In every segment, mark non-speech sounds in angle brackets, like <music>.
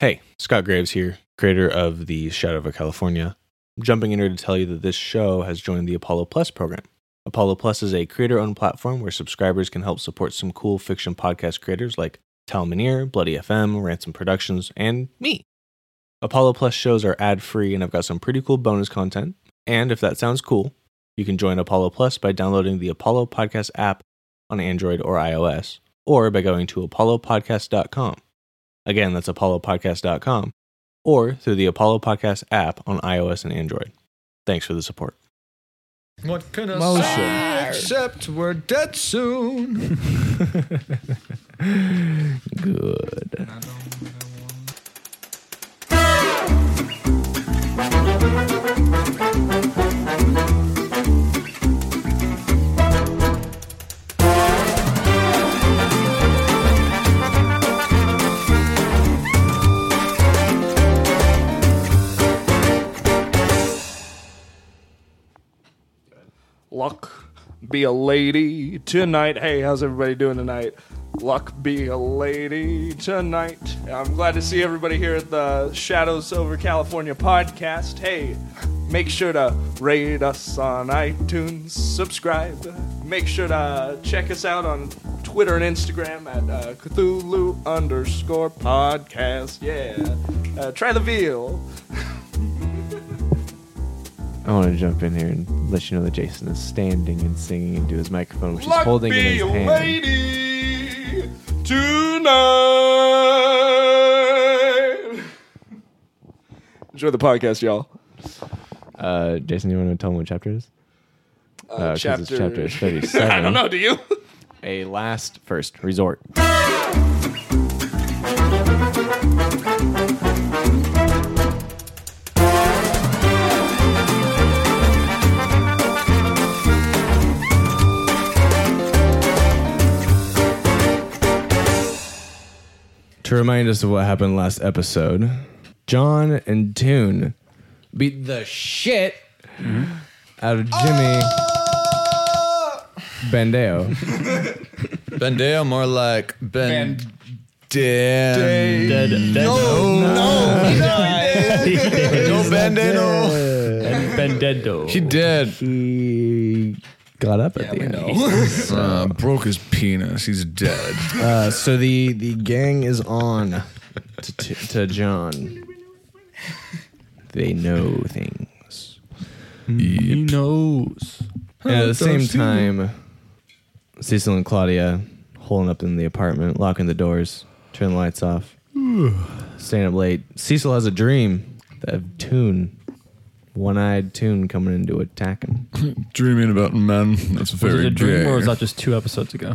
Hey, Scott Graves here, creator of the Shadow of California. I'm jumping in here to tell you that this show has joined the Apollo Plus program. Apollo Plus is a creator owned platform where subscribers can help support some cool fiction podcast creators like Tal Minear, Bloody FM, Ransom Productions, and me. Apollo Plus shows are ad free, and I've got some pretty cool bonus content. And if that sounds cool, you can join Apollo Plus by downloading the Apollo Podcast app on Android or iOS, or by going to apollopodcast.com. Again, that's apollopodcast.com or through the Apollo Podcast app on iOS and Android. Thanks for the support. What can I Motion. say except we're dead soon? Good. Luck be a lady tonight. Hey, how's everybody doing tonight? Luck be a lady tonight. I'm glad to see everybody here at the Shadows Over California podcast. Hey, make sure to rate us on iTunes, subscribe. Make sure to check us out on Twitter and Instagram at uh, Cthulhu underscore podcast. Yeah. Uh, try the veal. I want to jump in here and let you know that Jason is standing and singing into his microphone, which Luck is holding in be his a hand. lady tonight. Enjoy the podcast, y'all. Uh, Jason, you want to tell him what chapter it is? Uh, 'cause It's chapter- <laughs> chapter 37. I don't know. Oh, Do you? A last first resort. To remind us of what happened last episode, John and Toon beat the shit out of Jimmy Ah! Bandeo. Bandeo, more like Ben. Oh, Dan. No Bandano. He did. he got up at the end. Uh, broke his penis. He's dead. Uh, so the the gang is on to, to, to John. They know things. Yep. knows. And at the same time, Cecil and Claudia holding up in the apartment, locking the doors, turning the lights off, staying up late. Cecil has a dream of Toon, one eyed Toon coming in to attack him. Dreaming about men. That's Was it very a dream or was gay. that just two episodes ago?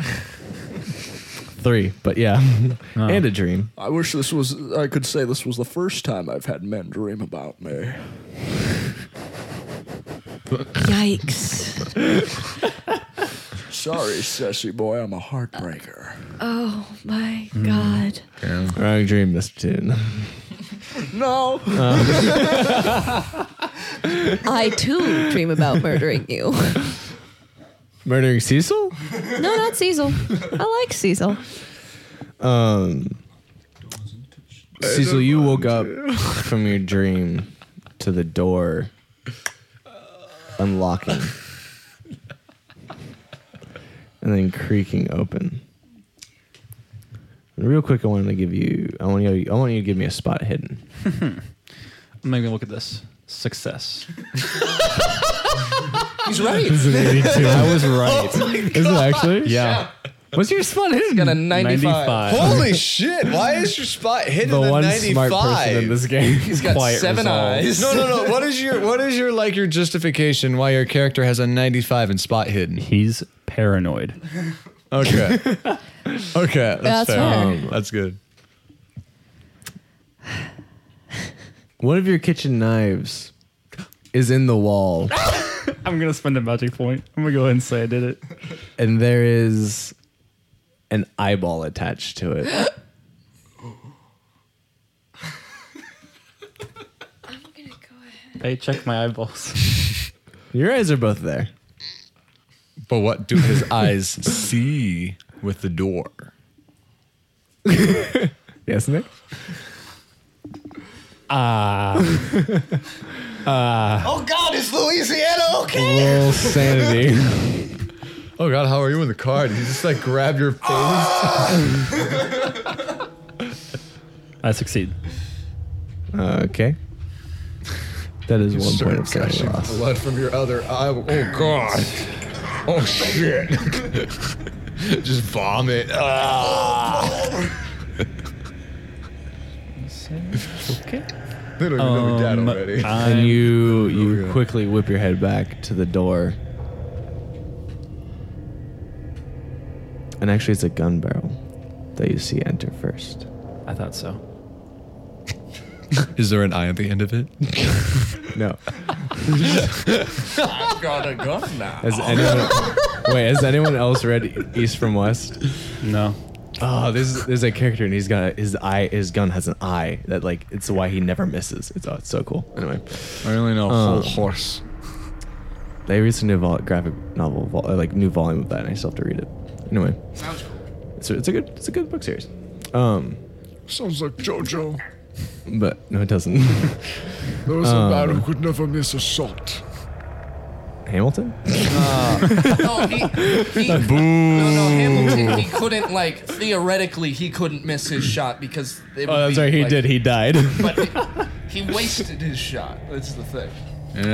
Three, but yeah, <laughs> and a dream. I wish this was. I could say this was the first time I've had men dream about me. Yikes. Sorry, sessy boy. I'm a heartbreaker. Oh my god. Wrong dream, Mr. Toon. No. <laughs> I too dream about murdering you. Murdering Cecil? <laughs> No, not Cecil. I like Cecil. Um, Cecil, you woke up from your dream to the door unlocking and then creaking open. And Real quick, I wanted to give you. I want you. I want you to give me a spot hidden. I'm not even gonna look at this. Success. He's right. I was right. Is it <laughs> actually? Yeah. What's your spot hidden? Got a 95. Holy shit! Why is your spot hidden The at one 95? smart person in this game. He's got Quiet seven resolve. eyes. No, no, no. What is your what is your like your justification why your character has a 95 and spot hidden? He's paranoid. Okay. okay, that's, That's fair. fair. Um, that's good. One of your kitchen knives is in the wall. I'm gonna spend a magic point. I'm gonna go ahead and say I did it. and there is an eyeball attached to it. Hey, check my eyeballs. Your eyes are both there. But what do his eyes see with the door? Yes, Nick. Uh, <laughs> Oh God, is Louisiana okay? Roll sanity. Oh God, how are you in the car? Did you just like grab your face? I succeed. Uh, okay. That is one point of sanity Gushing loss. blood from your other eye. Oh God. Oh shit. <laughs> just vomit. Ah. Okay. They don't even know we dead Um, already. And I'm, you Oh, you yeah. quickly whip your head back to the door. And actually, it's a gun barrel that you see enter first. I thought so. Is there an eye at the end of it? No. Got a gun now. Has anyone, wait, has <laughs> anyone else read East from West? No. Oh, there's there's a character and he's got a, his eye his gun has an eye that like it's why he never misses. It's oh, it's so cool. Anyway, I only know Uh. whole horse. they released a new vol- graphic novel, vol- uh, like new volume of that, and I still have to read it. Anyway, Sounds cool. it's a, it's a good it's a good book series. Um, Sounds like JoJo. but no, it doesn't. <laughs> There was a man who could never miss a shot. Hamilton. No, he, <laughs> he no, no, Hamilton. He couldn't like theoretically he couldn't miss his shot because it would Oh, that's be, right. He like- did. He <laughs> died. But he, he wasted his shot. That's the thing.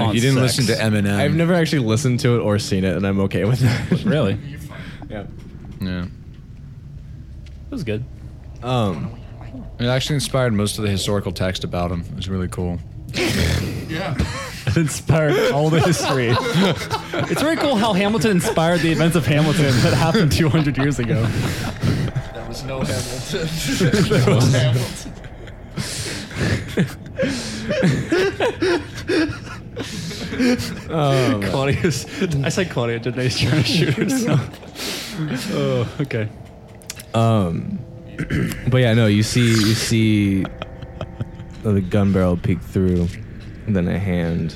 On you didn't sex. listen to Eminem. I've never actually listened to it or seen it, and I'm okay with <laughs> that. Really? yeah. Yeah. It was good. Um. It actually inspired most of the historical text about him. It was really cool. It inspired all the history. <laughs> it's very cool how Hamilton inspired the events of Hamilton that happened 200 years ago. There was no Hamilton. there was Hamilton. Claudius. I said Claudia, didn't I? He's trying to shoot herself. <laughs> oh, okay. Um, <clears throat> But yeah, no. You see, you see the gun barrel peek through, and then a hand,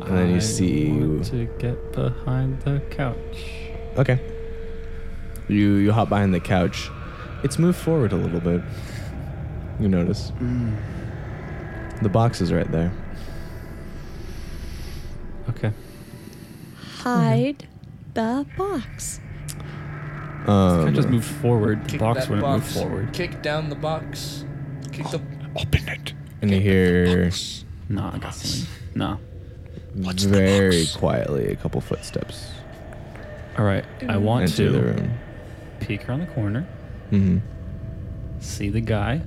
and then you see. to get behind the couch. Okay. You you hop behind the couch. It's moved forward a little bit. You notice. The box is right there. Okay. Hide the box. I Um, just move forward. The Kick box that wouldn't box. move forward. Kick down the box. Kick the. and you hear Nah, I got something. Nah. very quietly a couple footsteps All right. I want enter the to room. peek around the corner, hmm see the guy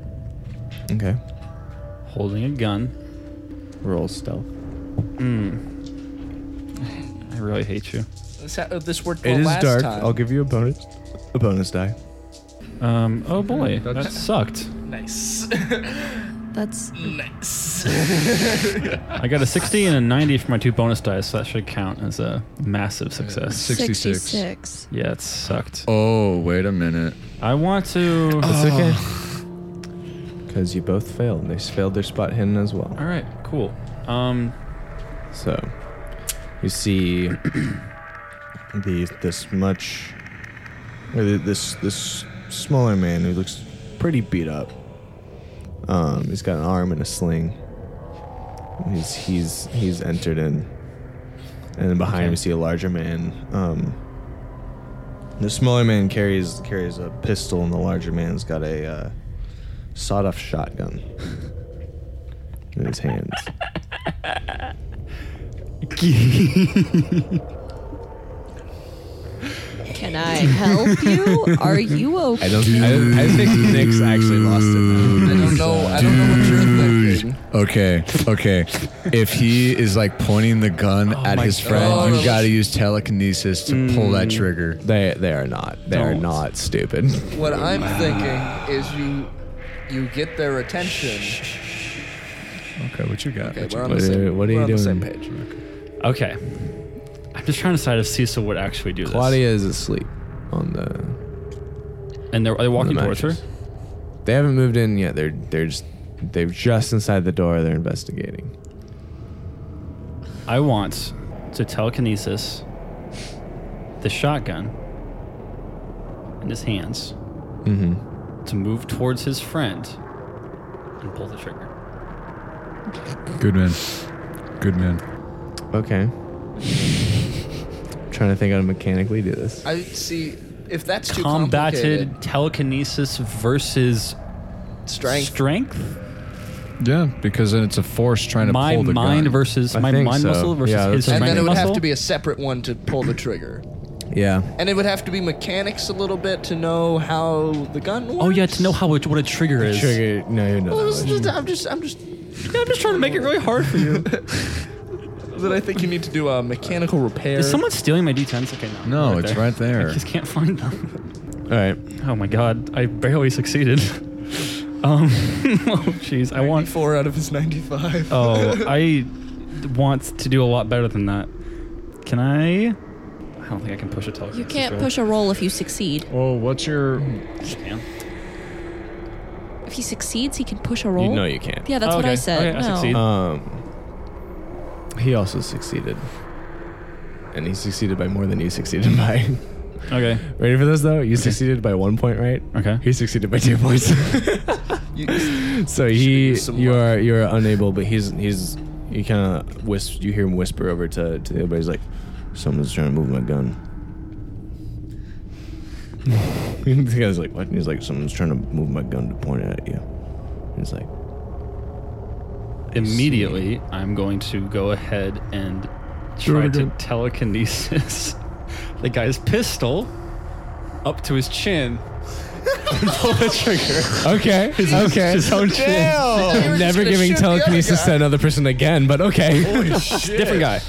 Okay. holding a gun. Roll stealth. I really hate you. This, ha- uh, this worked well It is last dark. time. I'll give you a bonus. A bonus die. Um. Oh boy, that sucked. <laughs> Nice. That's nice. I got a 60 and a 90 for my two bonus dice, so that should count as a massive success. 66. 66. Yeah, it sucked. Oh, wait a minute. I want to. It's okay. Because you both failed. and They failed their spot hidden as well. All right, cool. Um, So you see <clears throat> the this much or the- this this smaller man who looks pretty beat up. Um, he's got an arm in a sling. He's he's he's entered in, and then behind him you see a larger man. Um, the smaller man carries carries a pistol, and the larger man's got a uh, sawed-off shotgun <laughs> in his hands. Can I help you? Are <laughs> you okay? I don't. I, I think Nick's actually lost it. I don't know. I don't know what you're thinking. Okay, okay. If he is like pointing the gun at my his friend, God. you gotta use telekinesis to pull that trigger. They they are not. They are Don't. not stupid. What I'm thinking is you you get their attention. Okay, what you got? Okay, What you- we're on what the are- same, what are we're you on the same doing? page. okay. I'm just trying to decide if Cecil would actually do this. Claudia is asleep on the. And they're, are they walking The towards her? mattress. They haven't moved in yet. They're they're just they're just inside the door. They're investigating. I want to telekinesis the shotgun in his hands Mm-hmm. to move towards his friend and pull the trigger. Good man. Good man. Okay. <laughs> I'm trying to think how to mechanically do this. I see. If that's too complicated, Combated telekinesis versus strength. strength. Yeah, because then it's a force trying to My pull the mind gun. versus I my think mind so. muscle versus Yeah, his that's what strength and then it would muscle. have to be a separate one to pull the trigger. Yeah. And it would have to be mechanics a little bit to know how the gun works. oh yeah, to know Hmm. how it, what a trigger is. Trigger. No, you're Well, not. it's just- I'm just, I'm just. Yeah, I'm just trying to make it really hard for you. Then I think you need to do a mechanical repair. is someone stealing my d10s? Okay, no. No, it's right there. I just can't find them. All right. Oh my god, I barely succeeded. Um, <laughs> oh jeez, I want. Four out of his 95. Oh, I want to do a lot better than that. Can I? I don't think I can push a telekinesis. You can't push a roll if you succeed. Oh, what's your? Damn. If he succeeds, he can push a roll. You, no, you can't. yeah, that's what I Oh, Okay, said. okay, I no. succeed. Um. He also succeeded, and he succeeded by more than you succeeded by. <laughs> Okay. Ready for this though? You succeeded by one point, right? Okay. He succeeded by <laughs> two points. so he, used some you luck. are, you are unable, but he's, he's, you kind of whisp, you hear him whisper over to, to the other. but He's like, "Someone's trying to move my gun." <laughs> the guy's like, "What?" And he's like, "Someone's trying to move my gun to point it at you." He's like, Immediately, I'm going to go ahead and it try to again. telekinesis <laughs> the guy's pistol up to his chin and pull the trigger. "Okay, okay." His <laughs> own chin. Oh. were just Never gonna giving shoot the other telekinesis to guy. another person again, but okay. Different guy.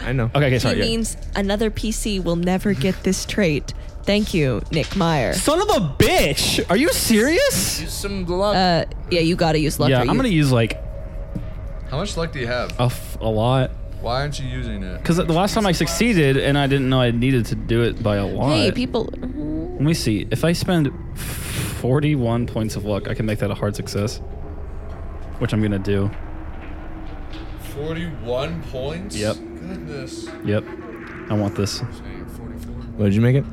I know. Okay, okay, He sorry. yeah. means another PC will never get this trait. Thank you, Nick Meyer. Son of a bitch! Are you serious? Use some luck. Uh, yeah, you gotta use luck. yeah, or I'm you- gonna use like How much luck do you have? a, f- a lot. Why aren't you using it? Because the last time I succeeded, and I didn't know I needed to do it by a lot. Hey, people. Mm-hmm. Let me see. If I spend 41 points of luck, I can make that a hard success, which I'm going to do. 41 points? Yep. Goodness. Yep. I want this. What did you make it?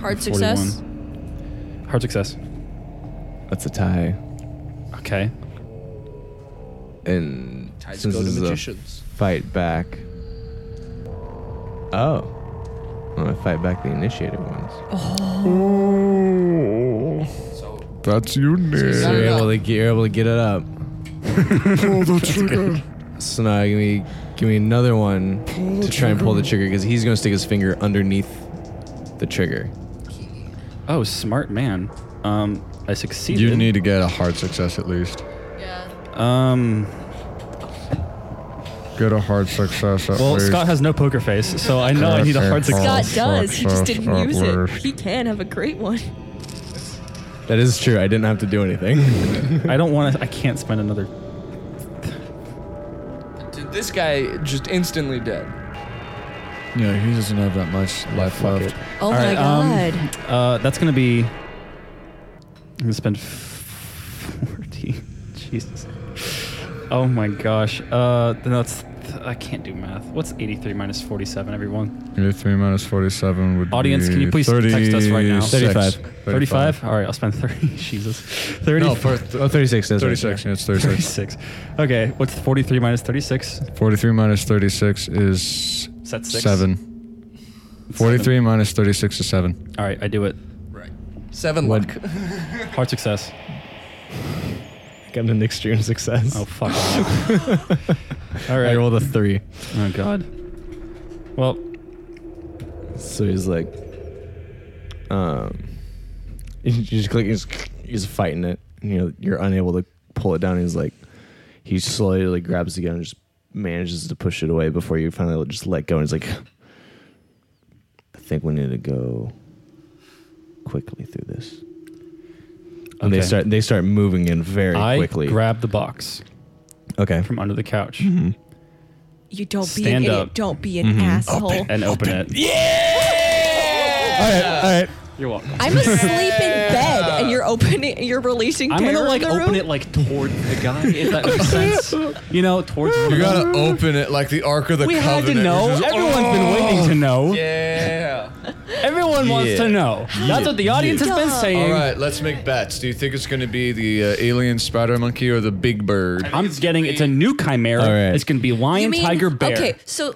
Hard success. 41. Hard success. That's a tie. Okay. And Tides since go to this is a magicians. fight back. Oh. I'm gonna fight back the initiated ones. That's So you, Nick. you're able to get, you're able to get it <laughs> up. Oh, So now give me give me another one to try and pull the trigger because he's gonna stick his finger underneath the trigger. Oh, smart man. Um, I succeeded. You need to get a hard success at least. Um, Get a hard success at well, least. Scott has no poker face, so I know I need a hard success. Scott Oh, does. fuck, he just fuck, didn't fuck, use it. worse. He can have a great one. That is true. I didn't have to do anything. <laughs> I don't want to. I can't spend another. Dude, this guy just instantly dead. yeah, he doesn't have that much life fuck left. Oh my right, um, god. Uh, that's gonna be. I'm gonna spend forty. <laughs> Jesus. Oh my gosh. Uh, then that's. I can't do math. What's eighty-three minus forty-seven? Everyone. 83 minus 47 would Audience, be can you please text us right now? 36. 35. Thirty-five. All right, I'll spend <laughs> thirty. Jesus. Thirty. No, for th- oh, 36 does 36. Yeah, it's 36. <laughs> Thirty-six. Okay. What's forty-three minus thirty-six? 43 minus 36 is Set six. 7. 43 minus 36 is 7. All right, I do it. <laughs> Seven What- luck. Hard success. Got an extreme success. Oh fuck. All I right. rolled a three. Oh god. Well, So he's like, um, <laughs> you just click, he's, he's fighting it. And you're, you're unable to pull it down. He's like, he slowly like, grabs the gun and just manages to push it away before you finally just let go. And he's like, I think we need to go quickly through this. And they Okay. start they start moving in very I quickly. grab the box okay. from under the couch. You don't be an Stand idiot. up. Don't be an asshole. and open, it. All right. All right. You're welcome. I'm asleep <laughs> in bed, and you're opening. You're releasing. I'm gonna terror like in the open room? it like toward the guy, if that makes sense. You know, towards. You gotta open it like the Ark of the we had Covenant. oh, to know. which is- Everyone's been waiting to know. Yeah. Everyone Everyone wants Yeah. to know. That's what the audience has been Yeah. saying. All right, let's make bets. Do you think it's going to be the uh, alien spider monkey or the big bird? I'm getting it's a new chimera. All right. It's gonna be lion, You mean- tiger, bear. Okay, so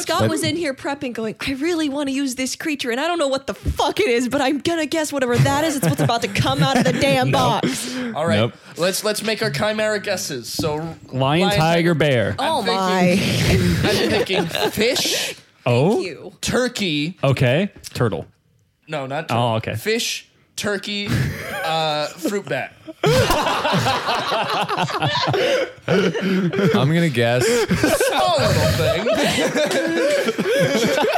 Scott was in here prepping, going, I really want to use this creature, and I don't know what the fuck it is, but I'm gonna guess whatever that is, it's what's about to come out <laughs> of the damn box. All right, Nope. let's let's make our chimera guesses. So Lion, tiger, bear. I'm Oh thinking- my. I'm <laughs> thinking fish, oh, You. turkey. okay. Turtle. No, not turkey. Oh, okay. Fish, turkey, uh, fruit bat. <laughs> I'm going to guess. Small Oh, little thing.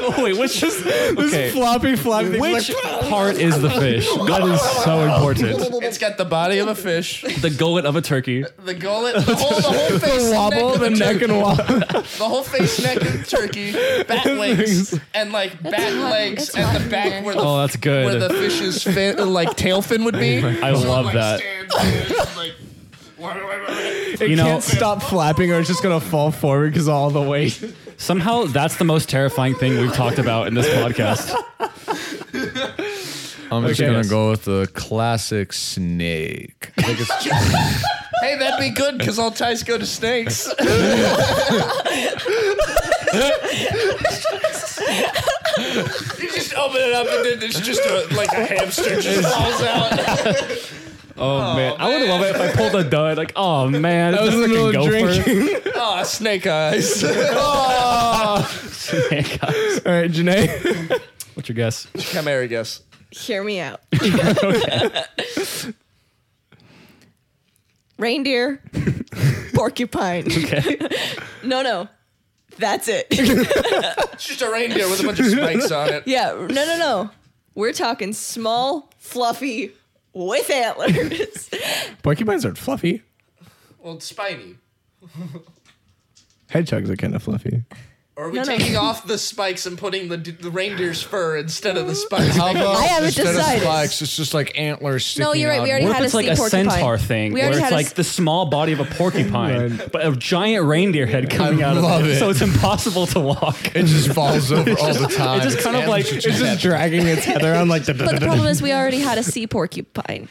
Oh wait, which <laughs> is okay. floppy, floppy. Which part is the fish? That is so important. It's got the body of a fish, The gullet of a turkey. <laughs> the gullet, the whole, the whole face, and neck of a turkey, and wobble. <laughs> the whole face, neck of a turkey, bat wings, and like bat hot. legs, It's and hot the in back here. where Oh, the, that's where good. the fish's fin, like tail fin would be. I love that. You know, Stop flapping or it's just going to fall forward because all the weight. somehow that's the most terrifying thing we've talked about in <laughs> this podcast. I'm just Okay. going to go with the classic snake. I think it's Hey, that'd be good because all ties go to snakes. you just open it up and then it's just a, like a hamster just falls out. Oh, man, I would love it if I pulled a dud. Like, oh man, that was in the middle of <laughs> Oh, snake eyes. All right, Janae. <laughs> What's your guess? Chimera guess. Hear me <laughs> out. <laughs> Reindeer, porcupine. <laughs> no, no. That's <laughs> it. It's just a reindeer with <laughs> a bunch of spikes on it. yeah, no, no, no. We're talking small, fluffy, with antlers. Porcupines aren't fluffy. Well, it's spiny. Hedgehogs are kind of fluffy. Or are we No, no. taking off the spikes and putting the, the reindeer's fur instead of the spikes? How about I haven't instead of decided. spikes, it's just like antlers sticking No, you're right, out. we already What had if it's a like a sea porcupine. centaur thing, We where already it's had a like s- the small body of a porcupine, <laughs> but a giant reindeer head coming out love of it, it. so it's impossible to walk. It just <laughs> falls over all the time. It just kind of like antlers it's just dragging its head around like <laughs> But the problem is, we already had a sea porcupine,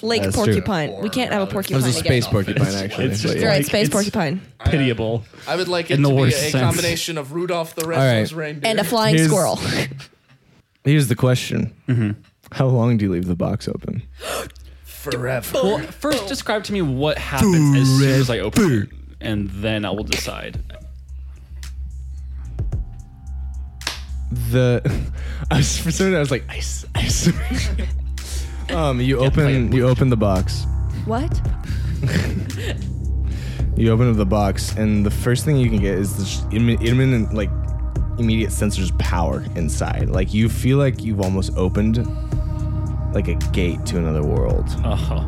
lake That's true. porcupine. We can't have a porcupine There's a again. space <laughs> porcupine, actually. It's but just- You're yeah. right, Like, space it's- porcupine pitiable. I would like it In to the be a worst sense. combination of Rudolph the right. Red-Nosed Reindeer. and a flying Here's- squirrel. Here's the question How long do you leave the box open? forever. Well, first describe to me what happens as soon as I open it, and then I will decide. the <laughs> I was, for some reason I was like ice ice. <laughs> um, you open you open the box. what? You open up the box, and the first thing you can get is this immi- imminent like immediate sense of just power inside. Like you feel like you've almost opened like a gate to another world, Oh,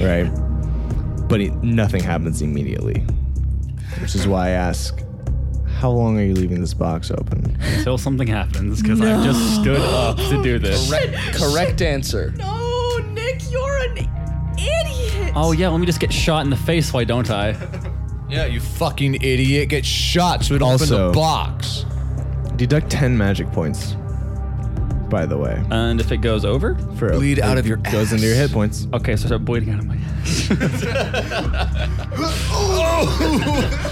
right? But it, nothing happens immediately, which is why I ask. How long are you leaving this box open? until something happens, because I've just stood up to do this. <laughs> Correct answer. No, Nick, you're an idiot. Oh yeah, let me just get shot in the face. Why don't I? yeah, you fucking idiot. Get shot so it Also- opened the box. Deduct 10 magic points, by the way. And if it goes over, for a- Bleed out of your goes into your hit points. okay, so I start bleeding out of my.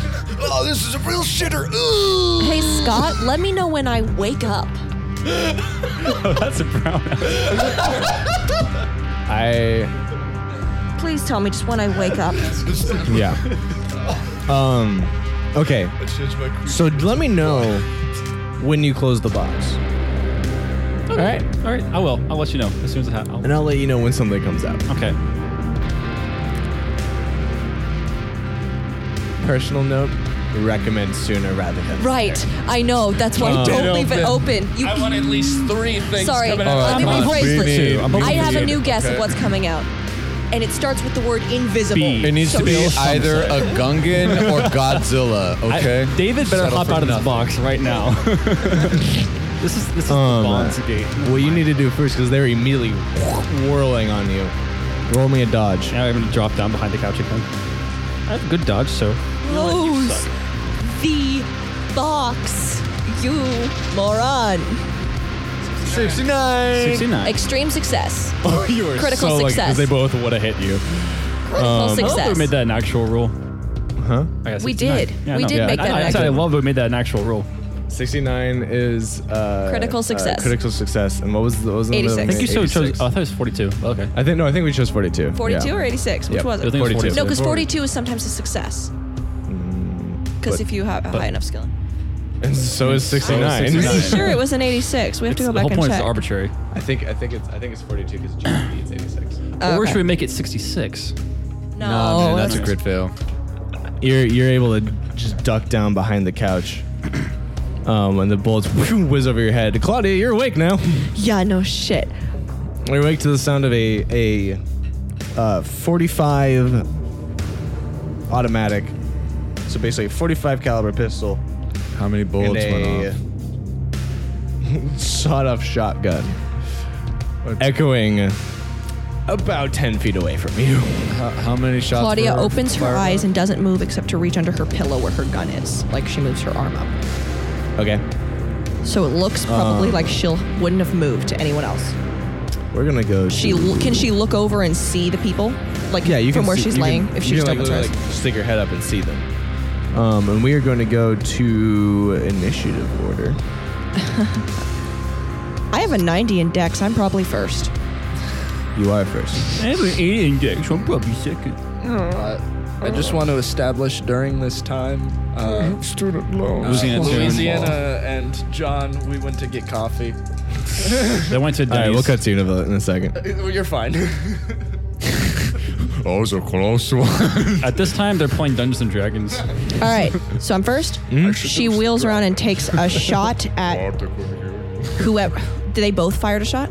<laughs> Oh, this is a real shitter. Hey, Scott, let me know when I wake up. That's a brown. I Please tell me just when I wake up. <laughs> yeah. Um okay. So let me know when you close the box. All right, all right. I will. I'll let you know as soon as it happens. And I'll let you know when something comes out. Okay. Personal note, recommend sooner rather than Right, I know. That's why Uh, don't leave it open. You, I want at least three things sorry, coming All out. right, let me come on. rephrase We this. need- we I have a need- new guess of what's coming out, and it starts with the word invisible. B. It needs to be Social. either a Gungan or Godzilla, <laughs> okay? I- David better Settle hop for out of this nothing. box right now. <laughs> this is this is Um, the bonds gate. What you need to do first because they're immediately whirling on you. Roll me a dodge. Now I'm gonna drop down behind the couch again. I have a good dodge, so Close the box, you moron. 69. 69. Extreme success. <laughs> Oh, you were Critical so lucky, 'cause success. they both would have hit you. Critical Oh. I love that we success. made that an actual rule. Huh? I got We 69. did. We did make I, that know, an I said I actual- love that we made that an actual rule. 69 is uh, Critical uh, success. critical success. And what was the, what was the number 86. that we I think You made? still chose. 86. Oh, I thought it was 42. Okay. I think no. I think we chose 42. 42 yeah. or 86? Which Yep. was I it? think it was 42. 42. No, because 42 is sometimes a success. Mm, Because if you have a high enough skill. And so is 69. 69. Pretty sure it was an 86. We have to It's- go the whole back and point is check. arbitrary. I think I think it's I think it's 42 because it's GP. It's 86. Oh, Or okay. should we make it 66? No, man, that's a crit fail. You're you're able to just duck down behind the couch. Um, and the bullets <laughs> whiz over your head. Claudia, you're awake now. Yeah, no shit. You're awake to the sound of a a uh, 45 automatic. So basically, a 45 caliber pistol How many and bullets went a off? <laughs> sawed-off shotgun, echoing about 10 feet away from you. How, how many shots? Claudia were opens her fired off? eyes and doesn't move except to reach under her pillow where her gun is. Like she moves her arm up. Okay, So it Uh. looks probably like she wouldn't have moved to anyone else. we're gonna go. She l- can she look over and see the people? Like yeah, you from can where see- she's you laying can- if you she's can, still like, literally, like, stick your head up and see them. Um, and we are going to go to initiative order. I have a 90 in Dex. I'm <laughs> probably first. You are first. I have an 80 index. I'm probably second. I just want to establish during this time. Uh, Student loan. Louisiana, Louisiana tune. and John, we went to get coffee. <laughs> They went to All right, Denny's. we'll cut to you in a, in a second. Well, You're fine. <laughs> Oh, so close one. <laughs> At this time, they're playing Dungeons and Dragons. All right. So I'm first. Hmm? She wheels around and takes <laughs> a shot at whoever. Did they both fired a shot?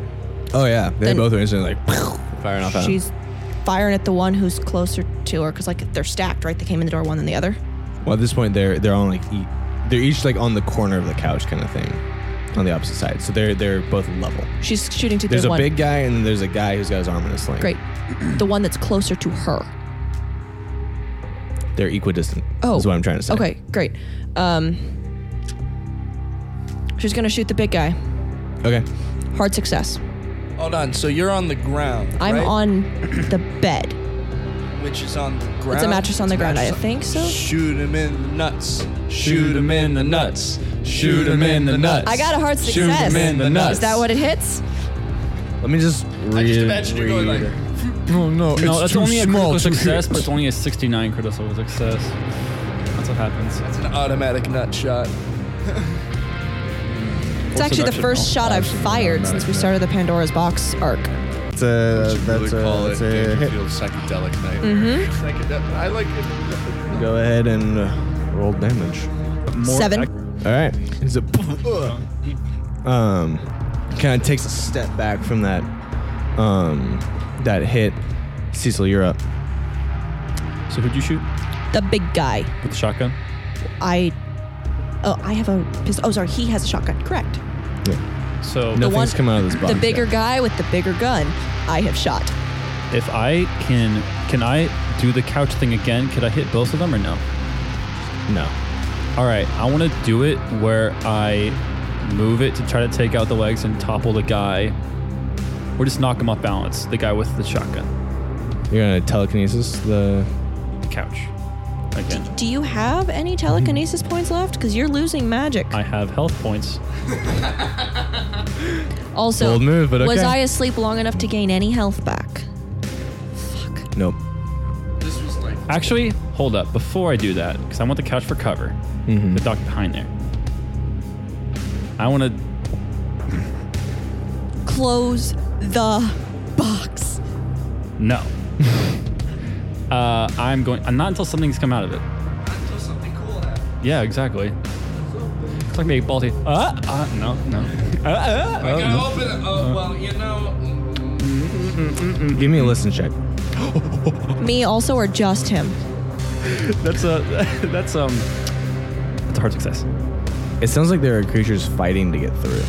Oh yeah, they Then- both are instantly like <laughs> firing off. at him. She's firing at the one who's closer to her because like they're stacked, right? They came in the door one and the other. Well, at this point, they're they're on like e- they're each like on the corner of the couch kind of thing, on the opposite side. So they're they're both level. She's shooting to There's the a one. big guy and then there's a guy who's got his arm in a sling. Great. The one that's closer to her. They're equidistant. Oh, is what I'm trying to say. Okay, great. Um, she's gonna shoot the big guy. Okay. Hard success. Hold on. So you're on the ground. I'm right? on the bed. Which is on the ground. It's a mattress on the ground. I mattress on- think so. Shoot him in the nuts. Shoot him in the nuts. Shoot him in the nuts. I got a hard Shoot 'em success. in the nuts. Is that what it hits? Let me just. Read, I just imagine you going like. Oh no, No, it's that's too only a small critical to success, hit. but it's only a 69 critical success. That's what happens. It's an automatic nut shot. It's actually the seduction, first no. shot I've fired since we started the Pandora's box arc. That's a Really that's call a, it that's a hit. Dangerfield psychedelic night. Mm-hmm. Psychedelic- I like it. Go ahead and uh, roll damage. More Seven. All right. He's a. Um, kind of takes a step back from that. Um, that hit. Cecil, you're up. So who'd you shoot The big guy. with the shotgun? I. Oh, I have a pistol. Oh, sorry. He has a shotgun. Correct. So The Nothing's one- come out of this box. the bigger yet. guy with the bigger gun. I have shot. if I can, can I do the couch thing again? Could I hit both of them or no? No. All right, I want to do it where I move it to try to take out the legs and topple the guy, or just knock him off balance. The guy with the shotgun, You're gonna telekinesis the. the couch. Again, Do you have any telekinesis points left? Because you're losing magic. I have health points. also, Bold move, but was okay. I asleep long enough to gain any health back? Nope. Actually, hold up. Before I do that, because I want the couch for cover, the duck behind there. I want to. Close the box. No. uh, I'm going. I'm not until something's come out of it. Not until something cool happens. Yeah, exactly. It's like me, Balti. Uh, uh, no, no. Uh, uh, uh, no. open it. Oh, well, you know. Give me a listen check. Me also, or just him? That's a. <laughs> That's um. That's a hard success. It sounds like there are creatures fighting to get through.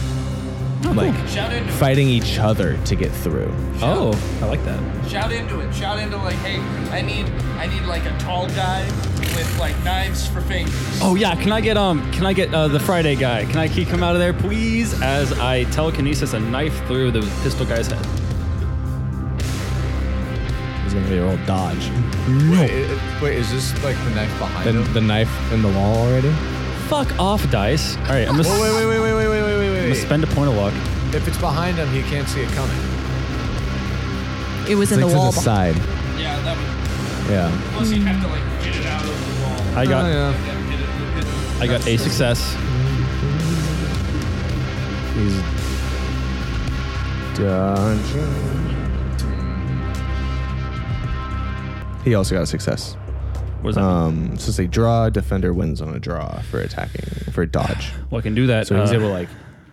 Oh. like Shout into fighting each other to get through. Oh, I like that. it. Shout into it. Shout into like, hey, I need, I need like a tall guy with like knives for fingers. Oh yeah, can I get um? Can I get uh, the Friday guy? Can I kick him out of there, please? As I telekinesis a knife through the pistol guy's head. It's gonna be a old dodge. Wait, i- i- wait, is this like the knife behind The, him? the knife in the wall already. Fuck off, dice. All right, I'm gonna, Wait, wait, wait, wait, wait, wait, wait, wait, I'm gonna wait. spend a point of luck. if it's behind him, he can't see it coming. It was in Six the to the wall. side. behind- Yeah, that would. Yeah. Plus, you'd have to like get it out of the wall. I Oh, got Oh, yeah. Yeah, get it- get it- I got a success. He's dodging. He also got a success. What is that? Um, so say draw. Defender wins on a draw for attacking for dodge. well, I can do that. So he's uh, able to like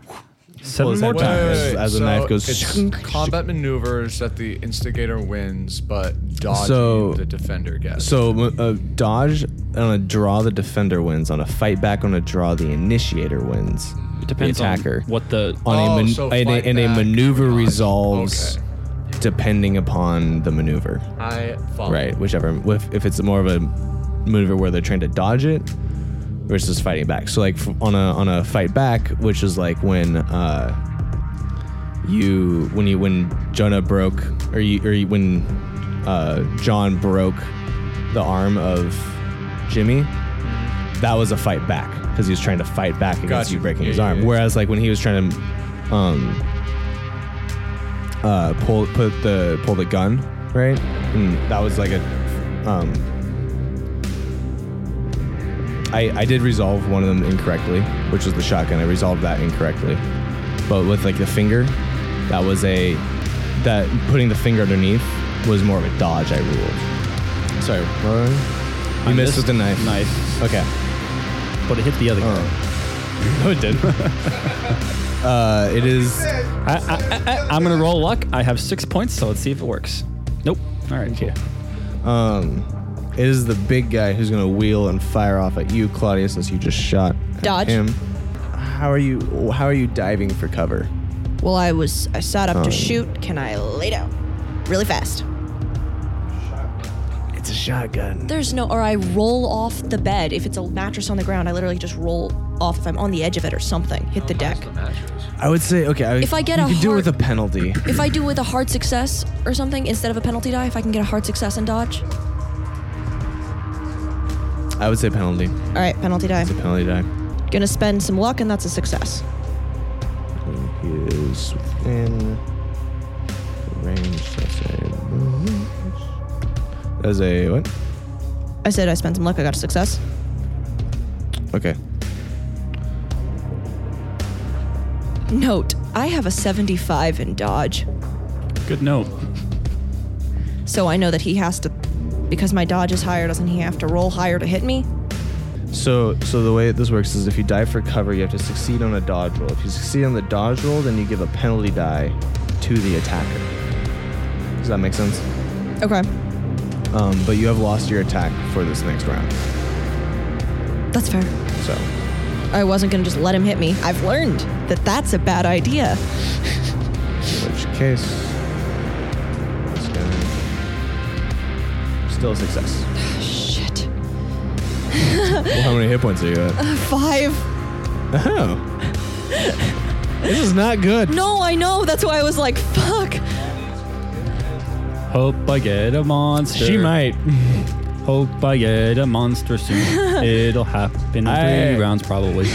pull seven his more head back times. as, as the so knife goes. <laughs> It's combat maneuvers that the instigator wins, but dodging So- the defender gets. So uh, dodge on a draw, the defender wins. On a fight back on a draw, the initiator wins. It depends the attacker. on what the. on a, Oh, man- so and, fight a, and a back maneuver or not. resolves Okay. depending upon the maneuver, I follow. right? Whichever, if, if it's more of a maneuver where they're trying to dodge it versus fighting back. So like f- on a on a fight back, which is like when uh, you when you when Jonah broke or you or you, when uh, John broke the arm of Jimmy, that was a fight back because he was trying to fight back against Gotcha. you breaking Yeah, his yeah, arm. yeah. Whereas like when he was trying to um uh pull put the pull the gun right, and that was like a um. I, I did resolve one of them incorrectly, which was the shotgun. I resolved that incorrectly but with like the finger, that was a that putting the finger underneath was more of a dodge. I ruled. Sorry, what? you missed, with the knife. Oh. Knife, Okay. but it hit the other guy. <laughs> No, it did. uh, it is. I, I, I, I'm gonna roll luck. I have six points, so let's see if it works. Nope. All right. Cool. Um, it is the big guy who's gonna wheel and fire off at you, Claudius, since you just shot at Dodge. him. How are you? How are you diving for cover? Well, I was I sat up Oh. to shoot. Can I lay down? Really fast. It's a shotgun. There's no, or I roll off the bed. If it's a mattress on the ground, I literally just roll off if I'm on the edge of it or something, hit the deck. I would say okay. I, If I get you a could do it heart- with a penalty. If I do with a hard success or something instead of a penalty die, if I can get a hard success and dodge. I would say penalty. All right, penalty die. It's a penalty die. Gonna spend some luck, and that's a success. He is within the range. That's a. That's a what? I said I spent some luck. I got a success. Okay. Note: I have a 75 in dodge, Good note. so I know that he has to, because my dodge is higher. Doesn't he have to roll higher to hit me? So so the way this works is if you dive for cover, you have to succeed on a dodge roll. If you succeed on the dodge roll, then you give a penalty die to the attacker. Does that make sense? Okay, Um, but you have lost your attack for this next round. that's fair. So I wasn't gonna just let him hit me. I've learned that that's a bad idea. in which case, it's gonna still a success. Shit. Well, how many hit points are you at? Five. Oh. this is not good. Oh. No, I know. That's why I was like, fuck. Hope I get a monster. Hope I get a monster soon. It'll happen in I- three rounds probably. You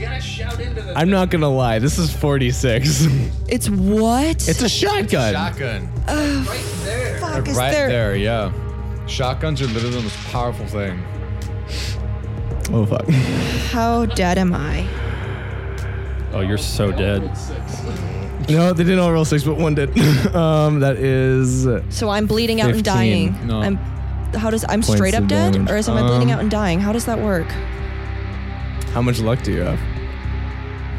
gotta shout into the. I'm not gonna lie. This is 46. <laughs> It's what? it's a shotgun. Shotgun. fuck is right there? there, yeah. Shotguns are literally the most powerful thing. oh fuck. How dead am I? Oh, you're so dead. No, they didn't all roll six, but one did. <laughs> um, that is. So I'm bleeding out and 15. dying. No. I'm how does I'm straight up of dead damage. or is am I bleeding Um, out and dying? How does that work? How much luck do you have?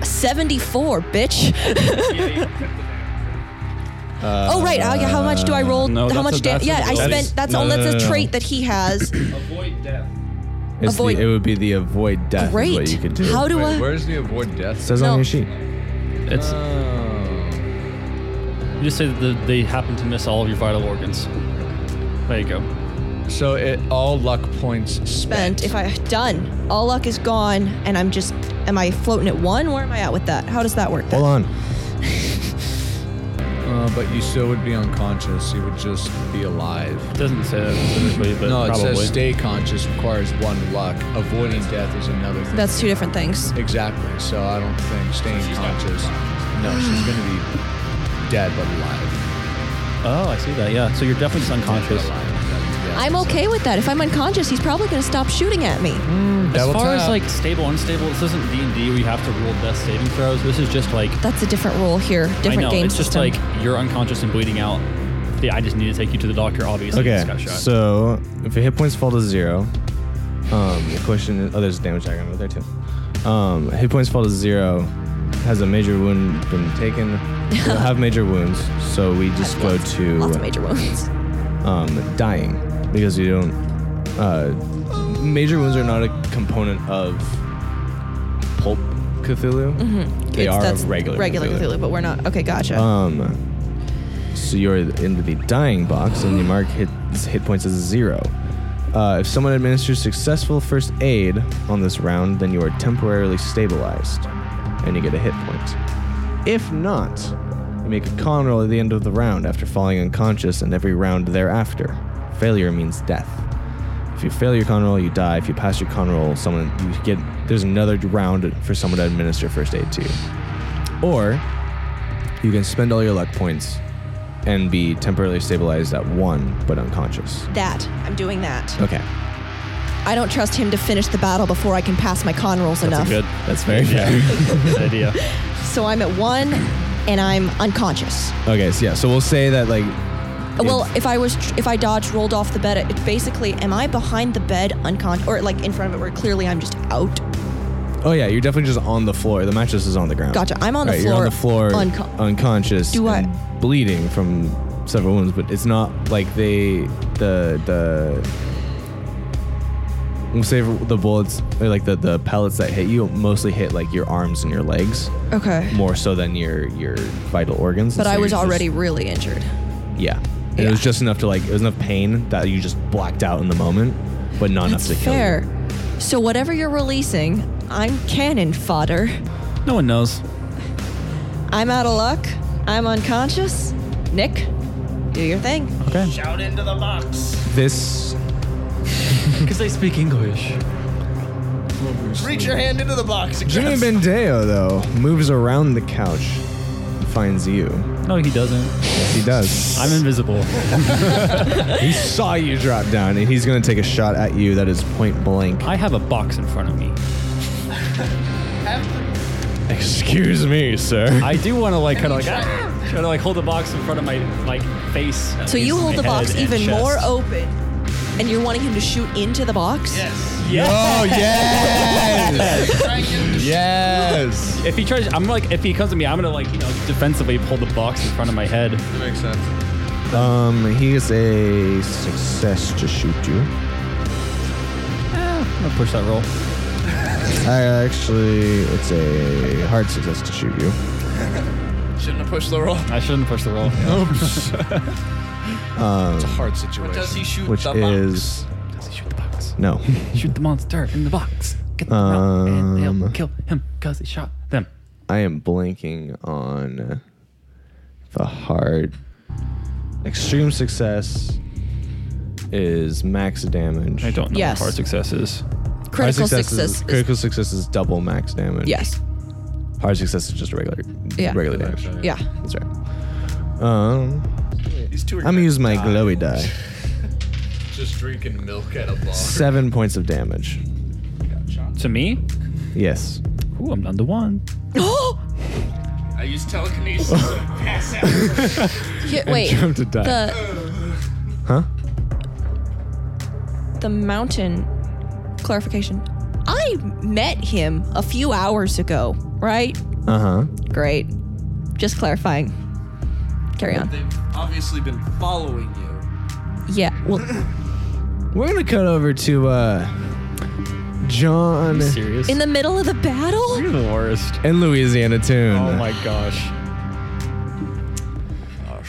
74, <laughs> bitch. oh right. Uh, yeah, how much do I roll? no, how that's much a- that's damage? a- Yeah, I that's- spent that's no, all no, that's no, a no, no. trait that <coughs> he has. Avoid death. It's the- Avoid. it would be the avoid death. is Great. what you could do. How do Wait, I where's the avoid death? Says No. on your sheet. It's Oh. you just say that the, they happen to miss all of your vital organs. There you go. So it all luck points spent. spent if I done. All luck is gone and I'm just am I floating at one? Where am I at with that? How does that work? Hold Then? on. Uh, but you still would be unconscious. You would just be alive. Doesn't say that specifically, but No, it probably. says stay conscious requires one luck. Avoiding death is another thing. That's two different things. exactly. So I don't think staying conscious. No, she's gonna be dead but alive. oh, I see that. Yeah. So you're definitely just unconscious. Dead but alive. Yeah. I'm okay with that. If I'm unconscious, he's probably gonna stop shooting at me. As Double far as tap. like stable, unstable, this isn't D and D where you have to roll death saving throws. This is just like That's a different rule here. Different I know game it's just system. like you're unconscious and bleeding out. Yeah, I just need to take you to the doctor. Obviously, you Okay. just got shot. So if your hit points fall to zero, um, the question is, oh, there's damage diagram right there too. Um, hit points fall to zero. Has a major wound been <laughs> taken? We don't have major wounds, so we just go Lots- lots of to major wounds. um, dying because you don't. Uh, major wounds are not a component of pulp Cthulhu. They Mm-hmm. It's- are that's of regular regular Cthulhu. Cthulhu, but we're not okay. Gotcha. Um, so you're in the dying box, and you mark hit hit points as zero. Uh, if someone administers successful first aid on this round, then you are temporarily stabilized, and you get a hit point. If not, you make a con roll at the end of the round after falling unconscious, and every round thereafter. Failure means death. If you fail your con roll, you die. If you pass your con roll, someone you get there's another round for someone to administer first aid to you. Or you can spend all your luck points and be temporarily stabilized at one, but unconscious. that I'm doing that. Okay. I don't trust him to finish the battle before I can pass my con rolls enough. <laughs> Good. That's very fair. Good idea. So I'm at one, and I'm unconscious. <laughs> Okay, so yeah, so we'll say that, like, Well, if I was, if I dodged, rolled off the bed, it basically, am I behind the bed, unconscious, or like in front of it, where clearly I'm just out? oh yeah, you're definitely just on the floor. The mattress is on the ground. Gotcha. I'm on the Right, You're on the floor, floor, unco- unconscious, Do I- and bleeding from several wounds, but it's not like they, the, the, we'll say the bullets, or like the, the pellets that hit you mostly hit, like, your arms and your legs. Okay. More so than your your vital organs. But So I you're was just- already really injured. Yeah. And It was Yeah. just enough to like it was enough pain that you just blacked out in the moment, but not That's enough to kill fair. you. So whatever you're releasing, I'm cannon fodder. No one knows. I'm out of luck. I'm unconscious. Nick, do your thing. Shout into the box. This Because they speak English. Reach your hand into the box. Jimmy Bendeo though moves around the couch and finds you. No, he doesn't. Yes, he does. I'm invisible. he saw you drop down and he's gonna take a shot at you that is point blank. I have a box in front of me. Excuse me, sir. I do want to like kind of like kind of like hold the box in front of my like face. So you hold the my box head and even more chest. open, and you're wanting him to shoot into the box? Oh, <laughs> Yeah. Yes. If he tries, I'm like if he comes at me, I'm gonna like you know defensively pull the box in front of my head. that makes sense. um he is a success to shoot you. I'm gonna push that roll. I actually it's a hard success to shoot you. Shouldn't have pushed the roll. I shouldn't push the roll. <laughs> It's a hard situation. Does he shoot Which the is Does he shoot the box? no. Shoot the monster in the box. Get them out, and they'll Um, kill him because he shot them. I am blanking on the hard. Extreme success is max damage. I don't know Yes. what hard success is. Hard Critical success. is- is- critical success is double max damage. yes. Hard success is just regular Yeah. regular damage. Yeah. That's right. Um, These two are I'm gonna use my glowy die. Just drinking milk at a bar. Seven points of damage. To me, Yes. ooh, I'm down to one. <gasps> I use telekinesis. <laughs> Pass out. Here- wait. Jump to die. The huh? the mountain clarification. I met him a few hours ago, right? Uh huh. Great. Just clarifying. Carry on. They've obviously been following you. Yeah. Well, We're gonna cut over to uh, John Serious? in the middle of the Uh, battle? the worst. Oh and Louisiana Tune. Oh my gosh.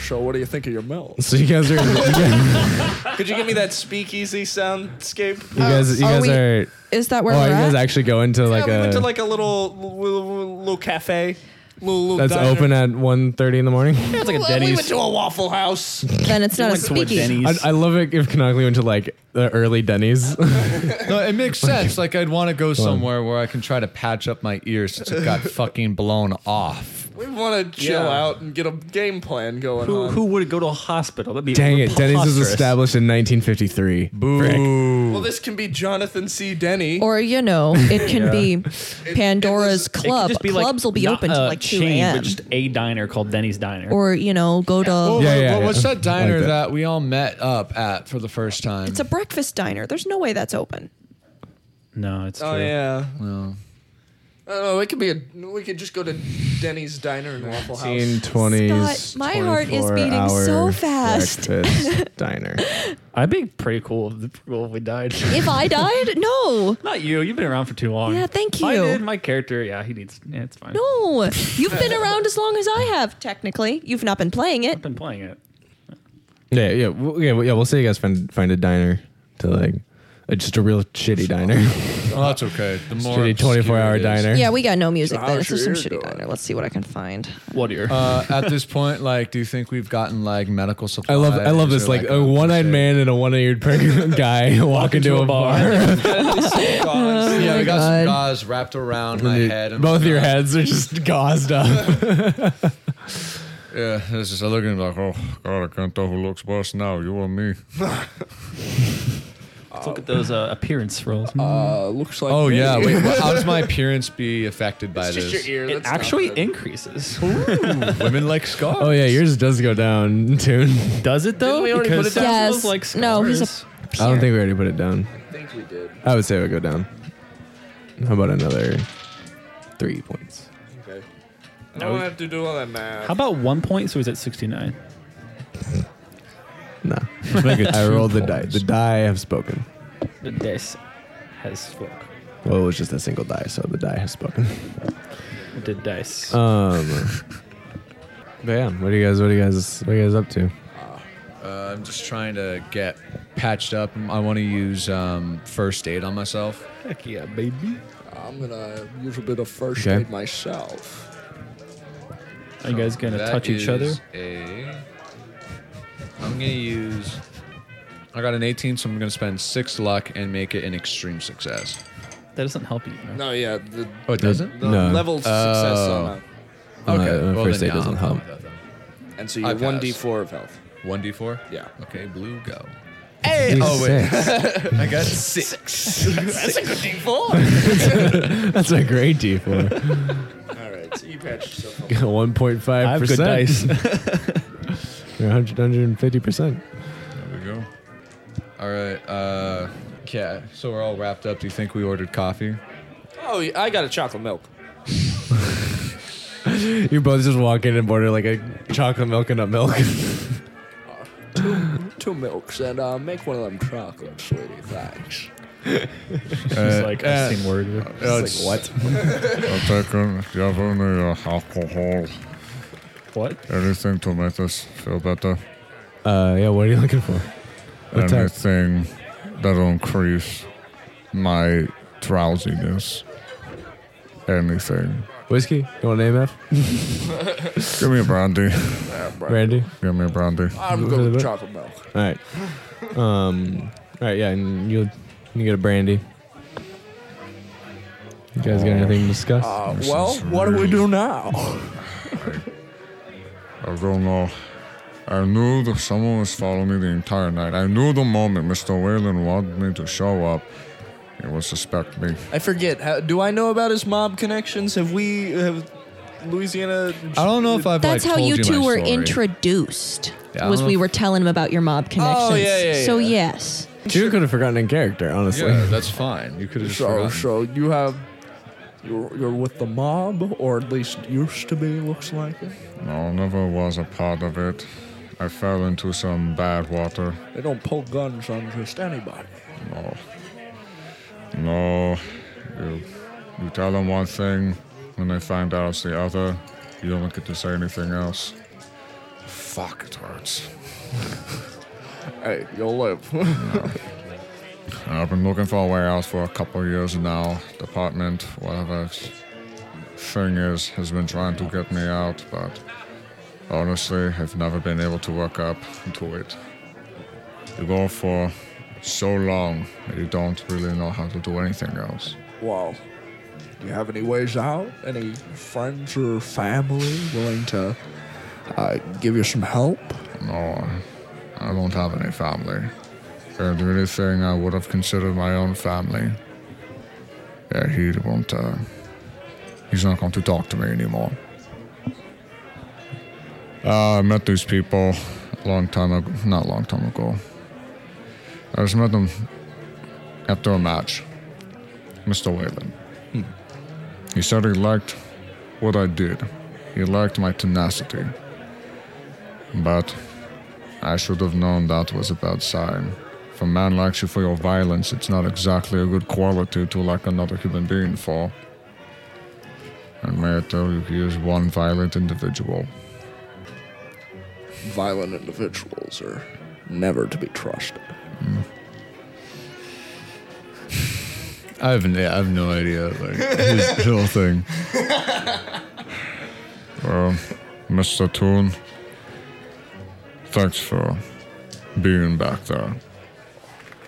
So what do you think of your milk? So you guys are you Could you give me that speakeasy soundscape? Uh, guys you Are guys Oh. we- are Is that where oh we're you guys at? actually go into like uh, yeah, we went a to like a little little, little cafe. Little, little that's diner. open at 1.30 in the morning. It's like a We Denny's. went to a Waffle House. Then it's not a to a speakeasy. Denny's. I, I love it if Canonically went to like the early Denny's. No, it <laughs> makes sense. Like I'd want to go somewhere where I can try to patch up my ears since it <laughs> got fucking blown off. We want to chill Yeah. out and get a game plan going Who, on. who would go to a hospital? That'd be <laughs> Dang it, Denny's was preposterous. established in 1953. Boo. Well, this can be Jonathan C. Denny. Or you know, it can be Pandora's It could Club. just be, like, Clubs will be not open till a like two chain, but a.m. Just a diner called Denny's Diner. Or you know, go to. Oh, Yeah, what- yeah, what- yeah. What's that diner Like that. that. we all met up at for the first time? It's a breakfast diner. There's no way that's open. no, it's true. oh yeah. Oh, it could be a. We could just go to Denny's Diner and Waffle <laughs> House. 1920s. Scott, my heart is 24 beating so hour fast. <laughs> breakfast diner. I'd be pretty cool if, well, if we died. <laughs> If I died, no, Not you. You've been around for too long. Yeah, thank I you. did. My character. Yeah, he needs. Yeah, it's fine. no. You've been around as long as I have. Technically, you've not been playing it. I've been playing it. Yeah, yeah, we'll, yeah, we'll- yeah. We'll say you guys find find a diner to like uh, just a real shitty diner, Oh, that's okay. The <laughs> more shitty obscure twenty four hour it is. diner. Yeah, we got no music So then. how's It's just some your shitty ear doing? diner. Let's see what I can find. What <laughs> ear? Uh, at this point, like, do you think we've gotten like I medical supplies? love I love this or, Oh, like a open one eyed shit? man and a one eared <laughs> guy walk into a bar. Oh Yeah, we got Oh God. some gauze wrapped around my head. And Both your heads are just <laughs> gauzed up. Yeah, it's just I look at him like, oh god, I can't tell who looks worse now, you or me. Let's look at those uh, appearance rolls. Mm-hmm. Uh, looks like. Oh me. yeah, wait, what- how does my appearance be affected by It's this? just your ear. it That's not actually good. increases. Women like scars. Oh yeah, yours does go down in tune. Does it though? Didn't we already put it down? Yes. Like No, he's a scars. I don't think we already put it down. I think we did. I would say it would go down. How about another three points? Okay. I don't have to do all that math. How about one point? So he's at sixty nine. <laughs> No, I rolled the die. The die have spoken. The dice has spoke. Well, it was just a single die, so the die has spoken. The dice. Uh, Um, but yeah, what are you guys? What are you guys? What are you guys up to? Uh, I'm just trying to get patched up. I want to use um, first aid on myself. Heck yeah, baby. I'm gonna use a bit of first Okay. aid myself. Are you guys gonna That touch each is other? A, I'm gonna use. I got an 18, so I'm gonna spend six luck and make it an extreme success. That doesn't help you. you know? No, yeah, the, Oh, it doesn't. the No. level of success Oh. on that. Okay, Uh, well, first then, aid yeah, doesn't I'll- help. And so I you're pass. one d four of health. 1d4? Yeah. Okay, blue, go. oh wait, I got six. That's a good d <laughs> four. that's a great D <laughs> four. all right, so you patched yourself up. One point I five have good dice. percent. <laughs> You're 150 percent. There we go. All right. Uh, yeah, so we're all wrapped up. Do you think we ordered coffee? Oh, yeah, I got a chocolate milk. You both just walk in and order like a chocolate milk and a milk. <laughs> Two milks and uh, make one of them chocolate, sweetie. Thanks. It's like uh, a same word. It's like <laughs> what? I'll take an, do you have any uh, alcohol, What? anything to make us feel better? Uh, yeah. What are you looking for? What type? Anything that'll increase my drowsiness? Anything. Whiskey? You want an AMF? Give me a brandy. Randy? Give me a brandy. for I'm the good with milk? chocolate milk. All right. Um. All right. Yeah. And you you get a brandy. You guys got anything to discuss? Uh, well, what do we do now? I don't know. I knew that someone was following me the entire night. I knew the moment Mr. Whalen wanted me to show up, he would suspect me. I forget. How, do I know about his mob connections? Have we have Louisiana? I don't know if I've That's like, how told you you two my were story. introduced. Yeah, I was don't we know were telling him about your mob connections. yeah, yeah, So yeah. yes. June could have forgotten in character, honestly. Yeah, that's fine. You could have just So, forgotten. so you have you're, you're with the mob, or at least used to be. Looks like it. No, never was a part of it. I fell into some bad water. They don't pull guns on just anybody. No. No. You, you tell them one thing, when they find out it's the other, you don't get to say anything else. Fuck, it hurts. Hey, you'll <laughs> live. And I've been looking for a way out for a couple of years now. Department, whatever its thing is, has been trying to get me out, but honestly, I've never been able to work up to it. You go for so long that you don't really know how to do anything else. Wow. Do you have any ways out? Any friends or family willing to uh, give you some help? No, I don't have any family. And the only thing I would have considered my own family. Yeah, he won't. Uh, he's not going to talk to me anymore. Uh, I met these people a long time ago. Not long time ago. I just met them after a match. Mr. Whalen. He said he liked what I did. He liked my tenacity. But I should have known that was a bad sign. If a man likes you for your violence, it's not exactly a good quality to like another human being for. And may I tell you, he is one violent individual. Violent individuals are never to be trusted. I have, yeah, I have no idea. <laughs> Like his whole thing. Well, Mr. Toon, thanks for being back there.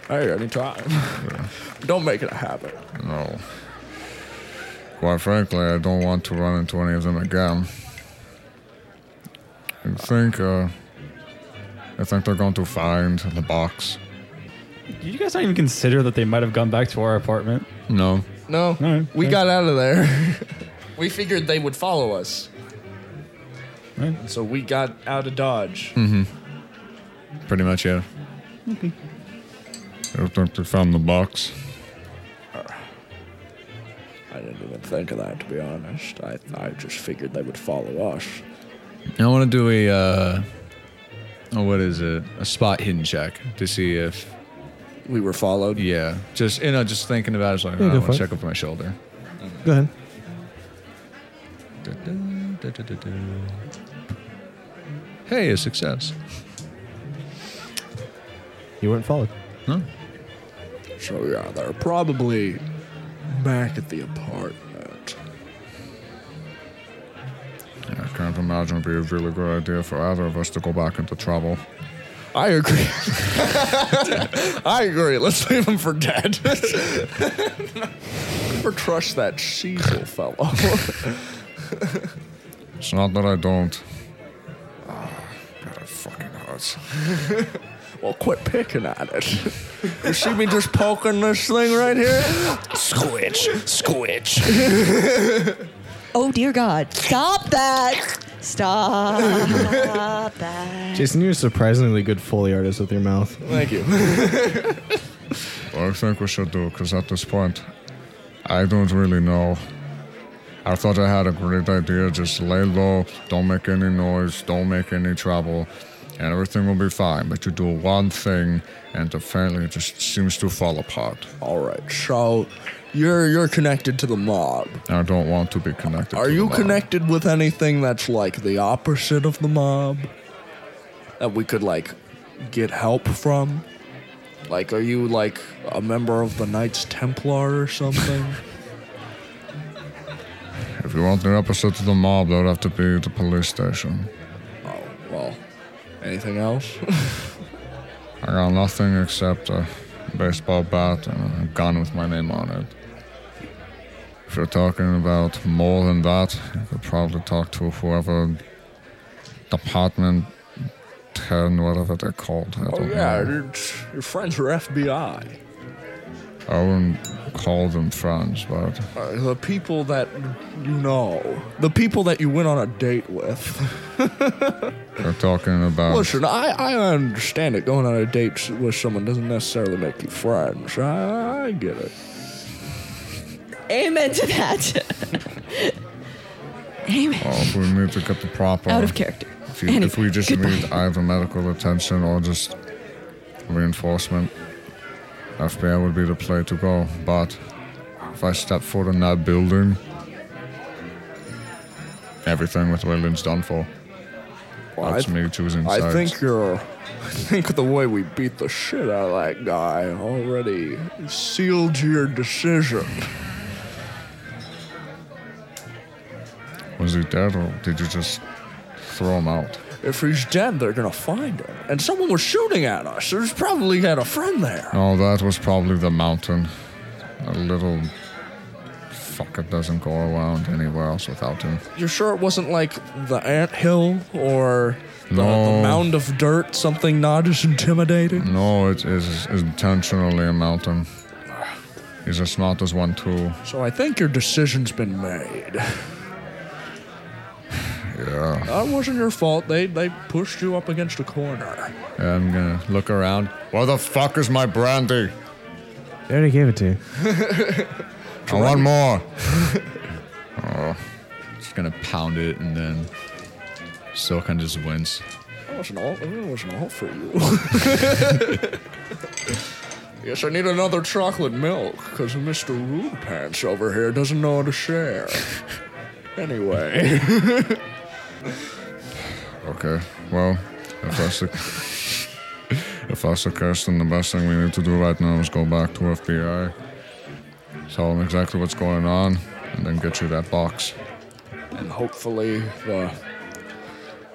Hey, <laughs> anytime. Don't make it a habit. No. Quite frankly, I don't want to run into any of them again. I think, uh, I think they're going to find the box. Did you guys not even consider that they might have gone back to our apartment? No. No, right, we fair. got out of <laughs> there. we figured they would follow us. Right. So we got out of Dodge. Hmm. Mm-hmm. Pretty much, yeah. I think they found the box. I didn't even think of that, to be honest. I, I just figured they would follow us. I want to do a, uh, oh, what is it? A spot hidden check to see if we were followed. Yeah, just you know, just thinking about it, it's like Yeah, oh, I go want for to it. check over my shoulder. Go ahead. Hey, a success. You weren't followed. So yeah, they're probably back at the apartment. I can't imagine it'd be a really good idea for either of us to go back into trouble. I agree. <laughs> I agree. Let's leave them for dead. <laughs> Never trust that Cecil fellow. <laughs> It's not that I don't. Oh, God, it fucking hurts. well, quit picking at it. You see me just poking this thing right here? Squitch, squitch. Oh dear God! Stop that! Stop that! Jason, you're a surprisingly good Foley artist with your mouth. Thank you. What I think we should do, because at this point, I don't really know. I thought I had a great idea. Just lay low, don't make any noise, don't make any trouble, and everything will be fine. But you do one thing, and apparently it just seems to fall apart. All right, so you're you're connected to the mob. I don't want to be connected. Are to you the mob. connected with anything that's like the opposite of the mob that we could like get help from? Like, are you like a member of the Knights Templar or <laughs> something? If you want the opposite of the mob, that would have to be the police station. oh well, anything else? I got nothing except a baseball bat and a gun with my name on it. If you're talking about more than that, you could probably talk to whoever department 10, whatever they're called. I oh don't know. yeah, your, your friends are FBI. I wouldn't call them friends, but Uh, the people that you know, the people that you went on a date with. we are talking about. Listen, I, I understand it. Going on a date s- with someone doesn't necessarily make you friends. I, I get it. Amen to that. Amen. Well, if uh, we need to get the proper. Out of character. Oh, If, you, Anyway, if we just uh, goodbye. need either medical attention or just reinforcement, FBI would be the play to go. But if I step foot in that building, everything with Wayland's done for. That's me choosing I sides. think you're. <laughs> I think the way we beat the shit out of that guy already sealed your decision. Was he dead or did you just throw him out? If he's dead, they're gonna find him. And someone was shooting at us. There's probably had a friend there. No, that was probably the mountain. A little fucker doesn't go around anywhere else without him. You're sure it wasn't like the ant hill or the, the No. mound of dirt? Something not as intimidating. No, it is intentionally a mountain. He's the smartest one too. So I think your decision's been made. Yeah. That wasn't your fault. They they pushed you up against a corner. I'm gonna look around. Where the fuck is my brandy? They already gave it to you. I want <laughs> more. oh, just gonna pound it and then Silken just wins. That wasn't all. That wasn't all for you. <laughs> yes, I need another chocolate milk because Mr. Rude Pants over here doesn't know how to share. anyway, Okay. Well, if that's the <laughs> if that's the case, then the best thing we need to do right now is go back to FBI, tell them exactly what's going on, and then get you that box. and hopefully the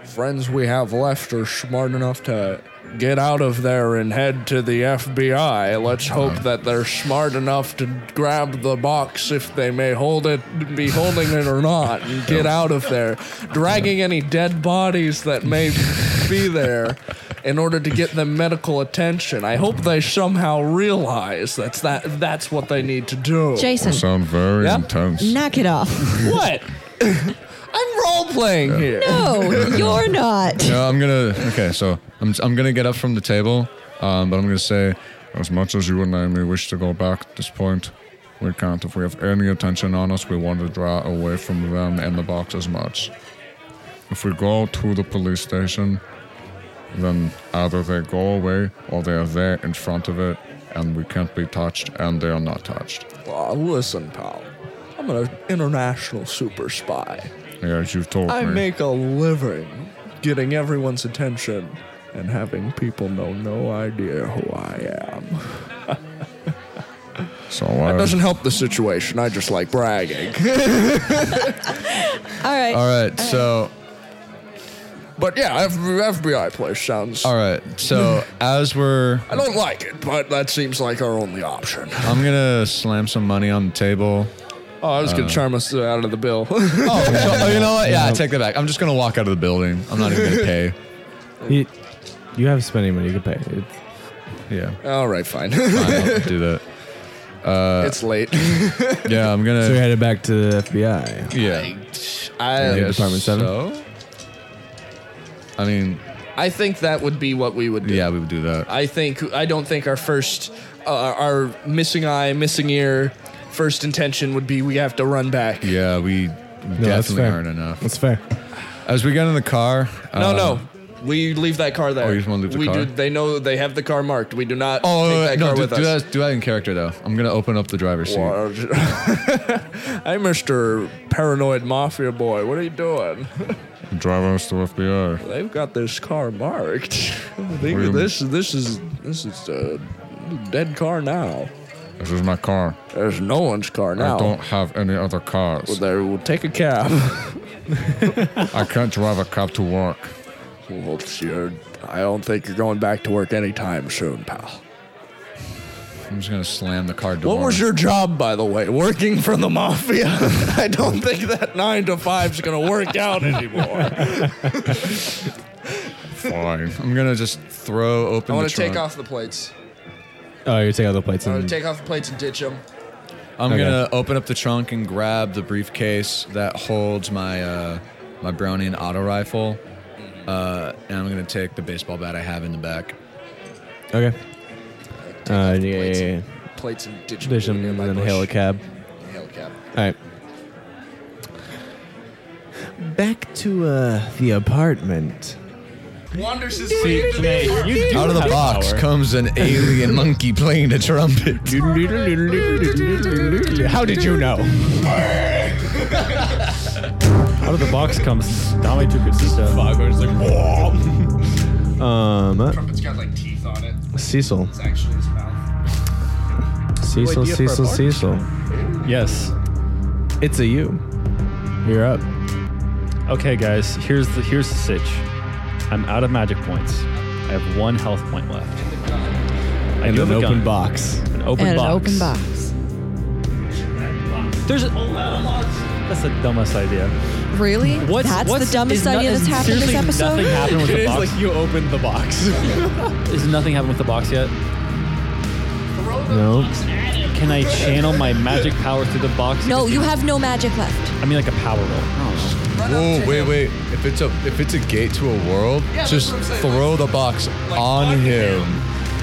friends we have left are smart enough to get out of there and head to the FBI. Let's hope that they're smart enough to grab the box if they may hold it be holding it or not and get out of there dragging any dead bodies that may be there in order to get them medical attention. I hope they somehow realize that's that that's what they need to do. You sound very intense. knock it off. What? I'm role playing here. No, you're <laughs> not. No, I'm gonna. Okay, so I'm I'm gonna get up from the table, um, but I'm gonna say, as much as you and I may wish to go back at this point, we can't. If we have any attention on us, we want to draw away from them and the box as much. If we go to the police station, then either they go away or they are there in front of it, and we can't be touched, and they are not touched. Aw, listen, pal. I'm an international super spy. Yeah, you've told I me. make a living getting everyone's attention and having people know no idea who I am. so uh, That doesn't help the situation. I just like bragging. All right. All right, so but yeah, F- FBI place sounds. all right, <laughs> so as we're, I don't like it, but that seems like our only option. I'm gonna slam some money on the table. Oh, I was gonna charm us out of the bill. Oh, so- oh, you know what? Yeah, I take that back. I'm just gonna walk out of the building. I'm not <laughs> even gonna pay. You, you have spending money. You can pay. It's, Yeah, <laughs> All right, fine. <laughs> fine, I'll do that. it's late. Yeah, so I'm we gonna. headed back to the FBI. Yeah, I yeah, Department seven? So, I mean, I think that would be what we would do. yeah, we would do that. I think I don't think our first uh, our missing eye, missing ear, first intention would be we have to run back. Yeah, we that's definitely fair. aren't enough. That's fair. As we got in the car. No, um, no. We leave that car there. Oh, you just wanna leave the we car? Do, they know they have the car marked. We do not Oh, take that no, car do, with do us. that, do that in character though. I'm gonna open up the driver's seat. <laughs> hey, Mister Paranoid Mafia Boy, what are you <laughs> doing? drive us to FBI. They've got this car marked. <laughs> do you Think this this is this is a dead car now. This is my car. There's no one's car now. I don't have any other cars. They will take a <laughs> cab. I can't drive a cab to work. well, you're, I don't think you're going back to work anytime soon, pal. I'm just gonna slam the car door. What was your job, by the way? Working for the mafia? <laughs> I don't think that nine to five's gonna work out anymore. Fine. I'm gonna just throw open. the I want to take trunk. off the plates. Oh, you're taking out the plates. I Mm. want And, to take off the plates and ditch them. I'm Okay. gonna open up the trunk and grab the briefcase that holds my uh, my Browning auto rifle, Mm-hmm. uh, and I'm gonna take the baseball bat I have in the back. okay. Uh, yeah, yeah, plates. yeah. Plates and ditch them. There's some near my then bush. hail a cab. Hail a cab. All right. Back to uh, the apartment. Wanders his See, Janae, you do Out of the have box power. comes an <laughs> alien monkey playing a trumpet. How did you know? Out of the box comes Dame Tucasita. Foghorn's like, whoa. Um, uh, It's got like teeth on it. Cecil. It's actually his mouth. Cecil, idea for a Cecil, park? Cecil. Yes. It's a you. You're up. Okay, guys. Here's the here's the sitch. I'm out of magic points. I have one health point left. I And do an have a open gun. box. An open and box. an open box. There's a, that's the dumbest idea. Really? What's, That's what's, the dumbest is no- idea is that's happened this seriously episode. Nothing happened <laughs> with the box. you opened the box. <laughs> is nothing happened with the box yet? no. Can I channel my magic power through the box? No, you have no magic left. I mean, like a power Oh. roll. Whoa, wait, wait. If it's a if it's a gate to a world, just throw the box on him.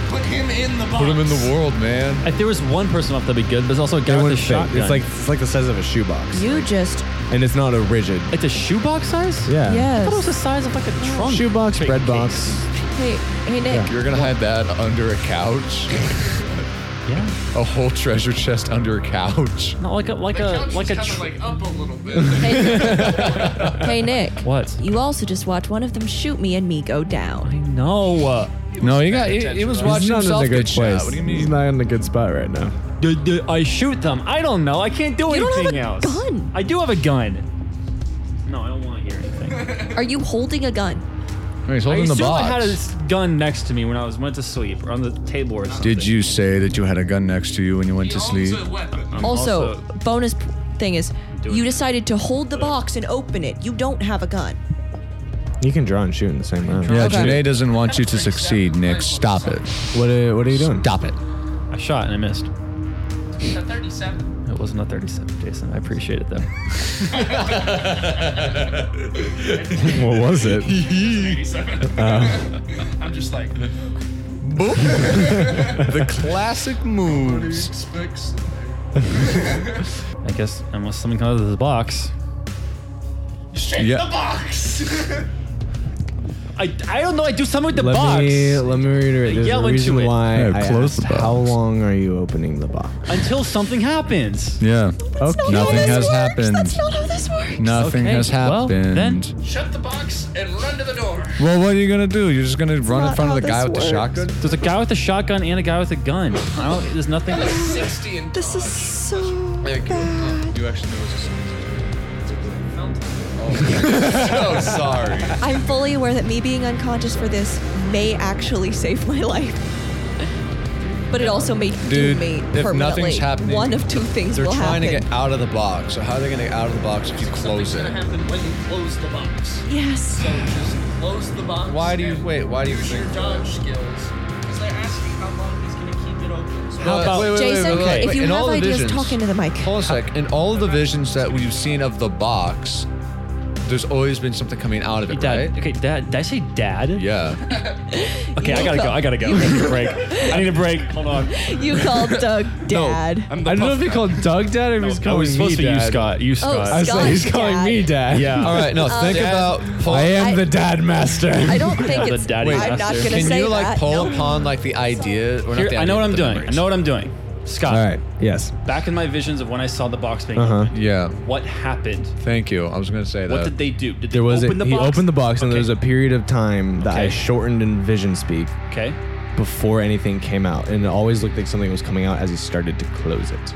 Put him in the box. Put him in the world, man. If there was one person left, that'd be good. But there's also a guy with a shotgun. It's like it's like the size of a shoebox, You just and it's not a rigid. it's a shoebox size. Yeah. I thought it was the yes. size of like a trunk. Shoebox, Big bread case. box. Hey, hey Nick. You're gonna hide that under a couch, Yeah. a whole treasure chest under a couch. Not like a like a like a. Tr- like up a little bit. <laughs> Hey, hey Nick. what? You also just watched one of them shoot me and me go down. I know. Uh, No, you got. He, he was watching himself get shot. What do you He's mean? not in a good spot right now. d- d- I shoot them. I don't know. I can't do You don't have anything a else. gun. I do have a gun. No, I don't want to hear anything. Are you holding a gun? No, he's I holding the assume box. I had a s- gun next to me when I was went to sleep or on the table or something. Did you say that you had a gun next to you when you went to sleep? Also, Um, also- bonus p- thing is doing you it. decided to hold the box and open it. You don't have a gun. You can draw and shoot in the same round. Yeah, Okay. Janae doesn't want you to succeed, Nick. Stop it. What are, what are you doing? Stop it. I shot and I missed. It's a 37. It wasn't a 37, Jason. I appreciate it though. What was it? 37. I'm <laughs> just like, <laughs> The classic moves. I guess unless something comes out of this box. Yeah. I, I don't know. I do something with the let box me let me reiterate. There's yell a into reason it. why Yeah, I close asked the box. how long are you opening the box? until something happens. Yeah. Okay. Nothing This has works. happened. That's not how this works. Nothing Okay, has well, happened. then- shut the box and run to the door. Well, what are you gonna do? You're just gonna run in not front of the how guy this with the shotgun? There's a guy with a shotgun and a guy with a gun. I don't, there's nothing. 60 and This is so bad. You actually know <laughs> Oh, so sorry. I'm fully aware that me being unconscious for this may actually save my <laughs> life. But it also may Dude, doom me if permanently. nothing's happening, One of two things They're will trying happen. to get out of the box. So how are they gonna get out of the box if you close Something's gonna it? happen when you close the box. yes. So just close the box. Why do you and wait? Why do you Use think? your dodge skills. Because they're asking how long he's gonna keep it open. So How about- Jason, if you in have all the ideas, visions, talk into the mic. Hold on a sec. In all the visions that we've seen of the box, there's always been something coming out of it, Dad. right? Okay, dad. Did I say dad? <laughs> Yeah. Okay, I gotta go. I gotta go. I need a break. I need a break. Hold on. You <laughs> called Doug dad. I don't know if he called Doug dad or if he's calling me dad. You, I was like, he's Scott's calling me dad. Yeah. all right. No, Um, think about. Pull, I am I- the dad master. I don't think the it's. daddy I'm not master. gonna can say you like that. pull no. upon like the idea? Or Here, not the I idea, know what I'm but the doing. I memories? know what I'm doing. <laughs> Scott. All right. Yes. Back in my visions of when I saw the box being Uh-huh. opened, Yeah. what happened? Thank you. I was gonna say that. What did they do? Did they There was open a, the he box? opened the box and Okay. there was a period of time that I Okay. shortened in vision speak Okay. before anything came out, and it always looked like something was coming out as he started to close it.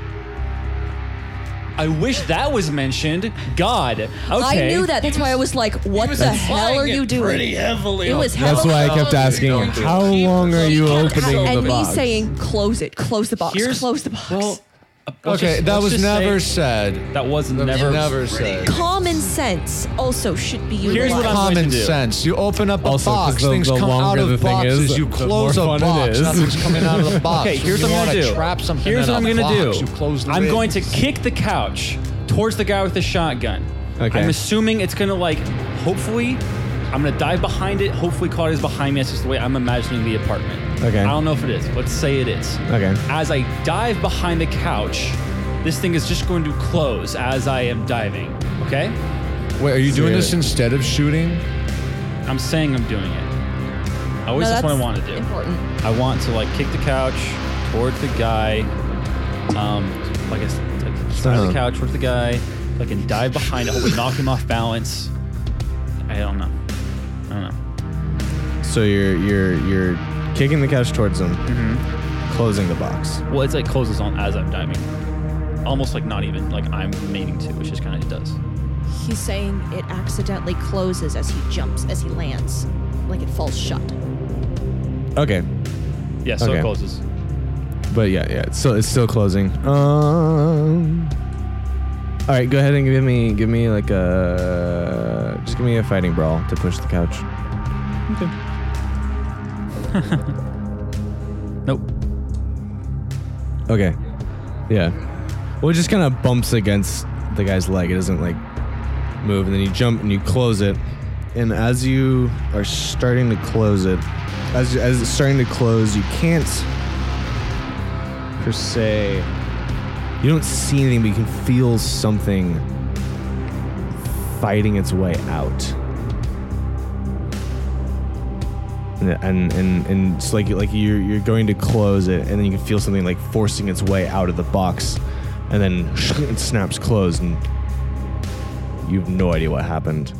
I wish that was mentioned. God. Okay. I knew that. That's why I was like, "What the hell are you doing?" heavily. It was That's hell why I of a- kept asking, how keep long are you opening the and me box? saying, "Close it, close the box, Here's- close the box." Well, uh, let's Okay, just- that let's was just never say- said. that was That was never. never said. Common sense also should be Here's utilized. what I'm going Common to do. sense. You open up a Also, 'cause box, the- things the come out longer the of thing boxes. is, you the close more a fun it box, is. nothing's coming <laughs> out of the box. Okay, here's When what you I'm wanna gonna do. Trap something here's in what a I'm gonna box, do. You close the I'm lid. going to kick the couch towards the guy with the shotgun. Okay. I'm assuming it's gonna like, hopefully, I'm gonna dive behind it. Hopefully, Claudia's behind me. That's just the way I'm imagining the apartment. Okay. I don't know if it is. Let's say it is. Okay. As I dive behind the couch, this thing is just going to close as I am diving. Okay. Wait, are you doing this Seriously. instead of shooting? I'm saying I'm doing it. I No, always that's that's what I want to do. Important. I want to like kick the couch towards the guy. Um, like I said, like, side of Uh-huh. the couch towards the guy, Fucking dive behind it, hopefully knock him off balance. I don't know. I don't know. So you're you're you're kicking the couch towards him, closing the box. Well, it's like closes on as I'm diving. Almost like not even like I'm meaning to, which just kind of does. He's saying it accidentally closes as he jumps, as he lands, like it falls shut. Okay, Yeah, so Okay. it closes. but yeah, yeah. So it's still closing. Um. All right, go ahead and give me give me like a just give me a fighting brawl to push the couch. Nope. Okay. Yeah. Well, it just kind of bumps against the guy's leg. It doesn't like move. And then you jump and you close it. And as you are starting to close it, as, as it's starting to close, you can't per se. You don't see anything, but you can feel something fighting its way out. and and and it's like like you're you're going to close it, and then you can feel something like forcing its way out of the box, and then <laughs> it snaps closed, and you have no idea what happened.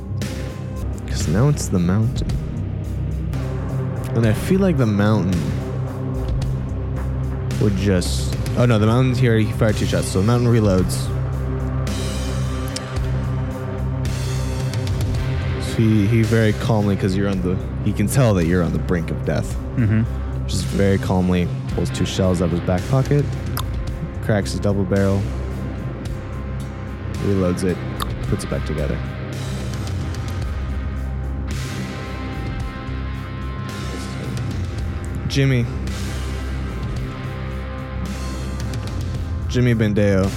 Because now it's the mountain, and I feel like the mountain would just. Oh no, the mountain's here. He fired two shots, so the mountain reloads. So he he very calmly, because you're on the. He can tell that you're on the brink of death Mm-hmm. just very calmly pulls two shells out of his back pocket, cracks his double barrel, reloads it, puts it back together. Jimmy. Jimmy Bendeo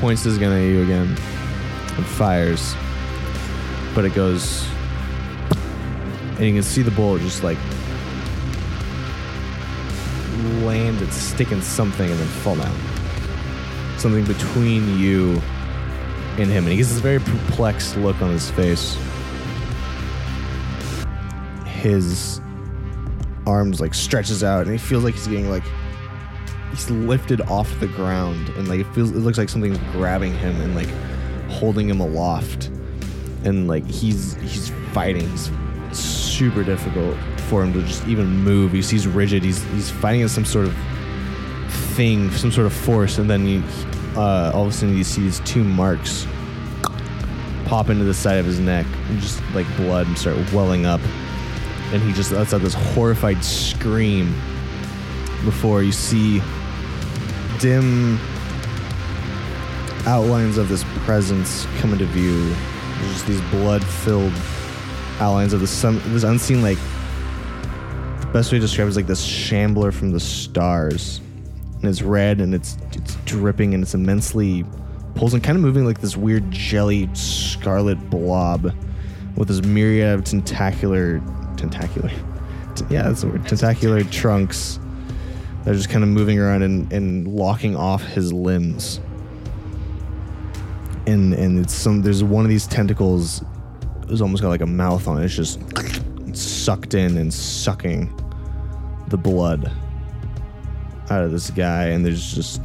points his gun at you again and fires, but it goes and you can see the bullet just like land and stick in something and then fall down. Something between you and him, and he gets this very perplexed look on his face. His arms like stretches out, and he feels like he's getting like he's lifted off the ground, and like it feels it looks like something's grabbing him and like holding him aloft and like he's he's fighting. He's super difficult for him to just even move. He's, he's rigid. He's he's fighting against some sort of thing, some sort of force, and then you, uh, all of a sudden you see these two marks pop into the side of his neck, and just like blood, and start welling up, and he just lets out this horrified scream before you see dim outlines of this presence come into view. There's just these blood-filled outlines of this some this unseen like the best way to describe it is like this shambler from the stars. And it's red and it's it's dripping and it's immensely pulls and kind of moving like this weird jelly scarlet blob with this myriad of tentacular tentacular <laughs> t- yeah that's the word tentacular trunks that are just kind of moving around and, and locking off his limbs and and it's some there's one of these tentacles it's almost got like a mouth on it. It's just sucked in and sucking the blood out of this guy, and there's just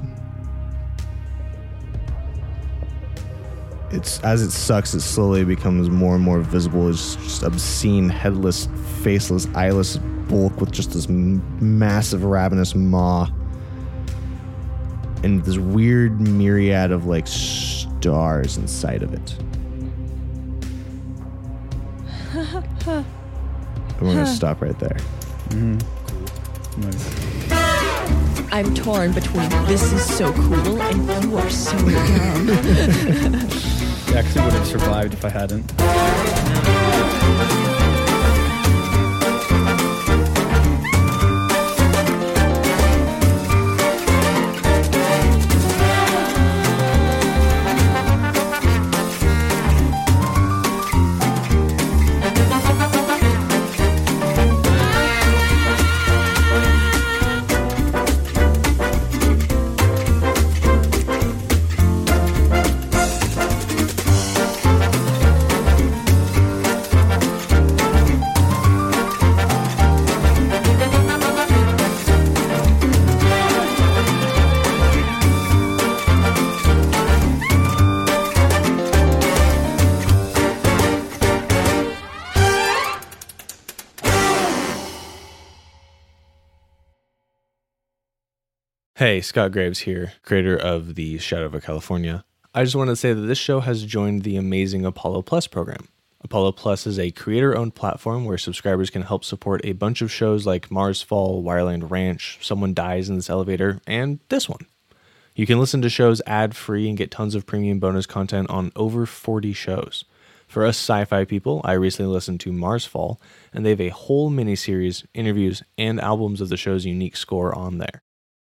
it's as it sucks, it slowly becomes more and more visible. It's just obscene, headless, faceless, eyeless bulk with just this m- massive ravenous maw and this weird myriad of like stars inside of it. And we're gonna stop right there. I'm torn between this is so cool and you are so dumb. I actually would have survived if I hadn't. Hey, Scott Graves here, creator of the Shadow of California. I just wanted to say that this show has joined the amazing Apollo Plus program. Apollo Plus is a creator owned platform where subscribers can help support a bunch of shows like Mars Fall, Wireland Ranch, Someone Dies in This Elevator, and this one. You can listen to shows ad free and get tons of premium bonus content on over 40 shows. For us sci fi people, I recently listened to Mars Fall, and they have a whole miniseries, interviews, and albums of the show's unique score on there.